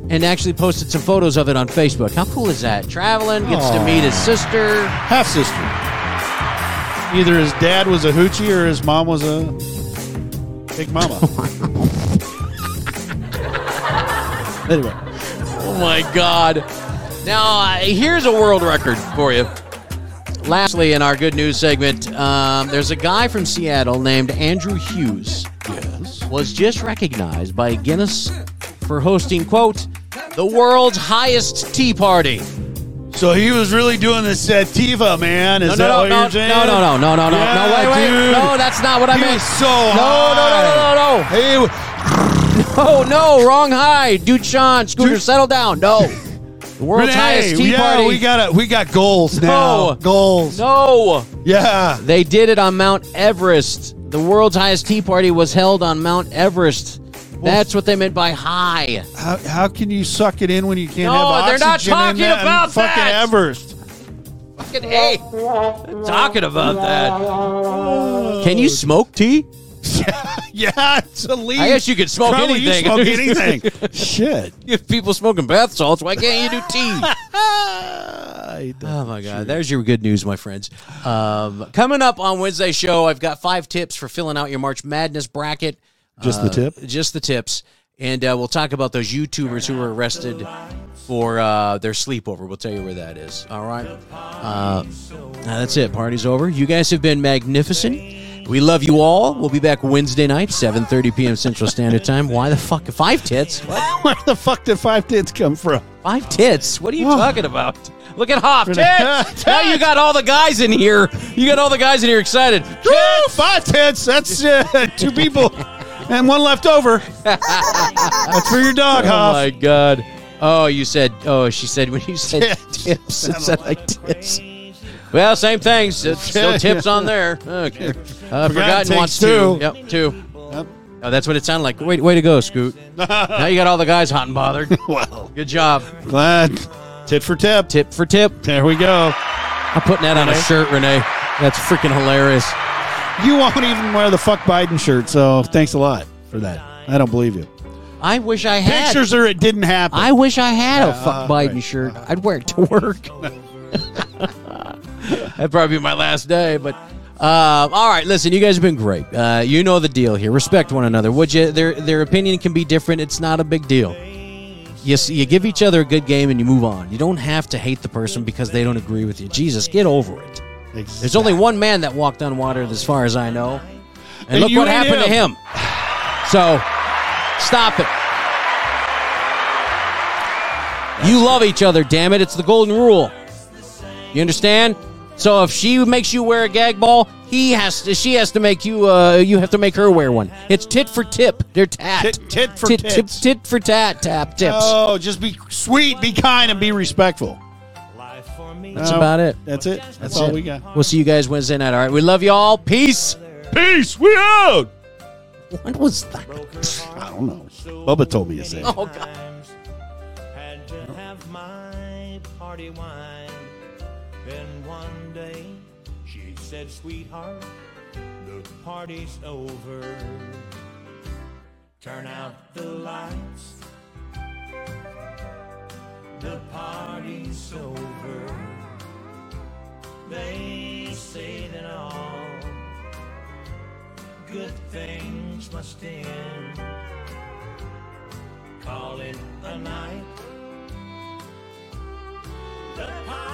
and actually posted some photos of it on Facebook. How cool is that? Traveling, gets to Aw. meet his sister. half sister. Either his dad was a hoochie or his mom was a big *laughs* mama. Oh anyway, Oh my God. Now, uh, here's a world record for you. Lastly, in our good news segment, um, there's a guy from Seattle named Andrew Hughes. Yes. Was just recognized by Guinness for hosting, quote, the world's highest tea party. so he was really doing this sativa, man. Is No, no, that no, what no, you're saying? no, no, no, no, no, no, Yeah, no, wait, wait, dude. no, that's not what I He meant. was so No, no, high. no, no, no, no, Oh, no, no, wrong high. Dude, Sean, Scooter, settle down. No. The world's Renee, highest tea yeah, party. we got we got goals now. No. Goals. No. Yeah. They did it on Mount Everest. The world's highest tea party was held on Mount Everest. That's what they meant by high. How, how can you suck it in when you can't No, have they're oxygen not in talking that about fucking that. Everest? *laughs* Fucking hey. Talking about that. Can you smoke tea? Yeah, it's illegal. I guess you could smoke Probably you anything. *laughs* smoke anything. Shit. if people smoking bath salts, why can't you do *laughs* tea? I don't- Oh my God! There's your good news, my friends. Um, coming up on Wednesday's show, I've got five tips for filling out your March Madness bracket. Uh, Just the tip? Just the tips, and uh, we'll talk about those YouTubers who were arrested for uh, their sleepover. We'll tell you where that is. All right. Uh, now that's it. Party's over. You guys have been magnificent. We love you all. We'll be back Wednesday night, 7:30 p.m. Central Standard Time. Why the fuck five tits? *laughs* *laughs* What? Where the fuck did five tits come from? Five tits? What are you talking about? Look at Hoff. Really? *laughs* Tits! now you got all the guys in here. You got all the guys in here excited. Woo, five tits. That's uh, *laughs* two people and one left *laughs* over. That's for your dog, Oh Hoff. my god. Oh, you said. Oh, she said when you said *laughs* tips, it sounded like tips. Well, same thing. s- *laughs* Still tips on there. Okay. Uh, Forgotten forgotten takes wants two. two. Yep, two. Oh, that's what it sounded like. Wait, way to go, *laughs* Scoot. now you got all the guys hot and bothered. Well, Good job. glad. Tit for tip. Tip for tip. There we go. I'm putting that on a Renee? shirt, Renee. That's freaking hilarious. You won't even wear the fuck Biden shirt, so thanks a lot for that. I don't believe you. I wish I had. Pictures are it didn't happen. I wish I had a Yeah, fuck uh, Biden right. shirt. I'd wear it to work. *laughs* That'd probably be my last day, but. Uh, all right, listen. You guys have been great. Uh, you know the deal here. Respect one another. Would you? Their their opinion can be different. It's not a big deal. you, s- you give each other a good game and you move on. You don't have to hate the person because they don't agree with you. Jesus, get over it. There's only one man that walked on water, as far as I know, and, And look you what ain't happened to him. him. So, stop it. You love each other, damn it. It's the golden rule. You understand? So if she makes you wear a gag ball, he has to, she has to make you uh, you have to make her wear one. It's tit for tip. They're tat. Tit- tit for tit, tip, tits. tit for tat tap tips. Oh, just be sweet, be kind, and be respectful. That's No, about it. That's it. That's, all it. we got. We'll see you guys Wednesday night. All right. We love you all. Peace. Peace. We out. What was that? I don't know. Bubba told me to say. it. Oh god. Had to have my party wine. Then one day she said, Sweetheart, the party's over. Turn out the lights. The party's over. They say that all good things must end. Call it a night. The party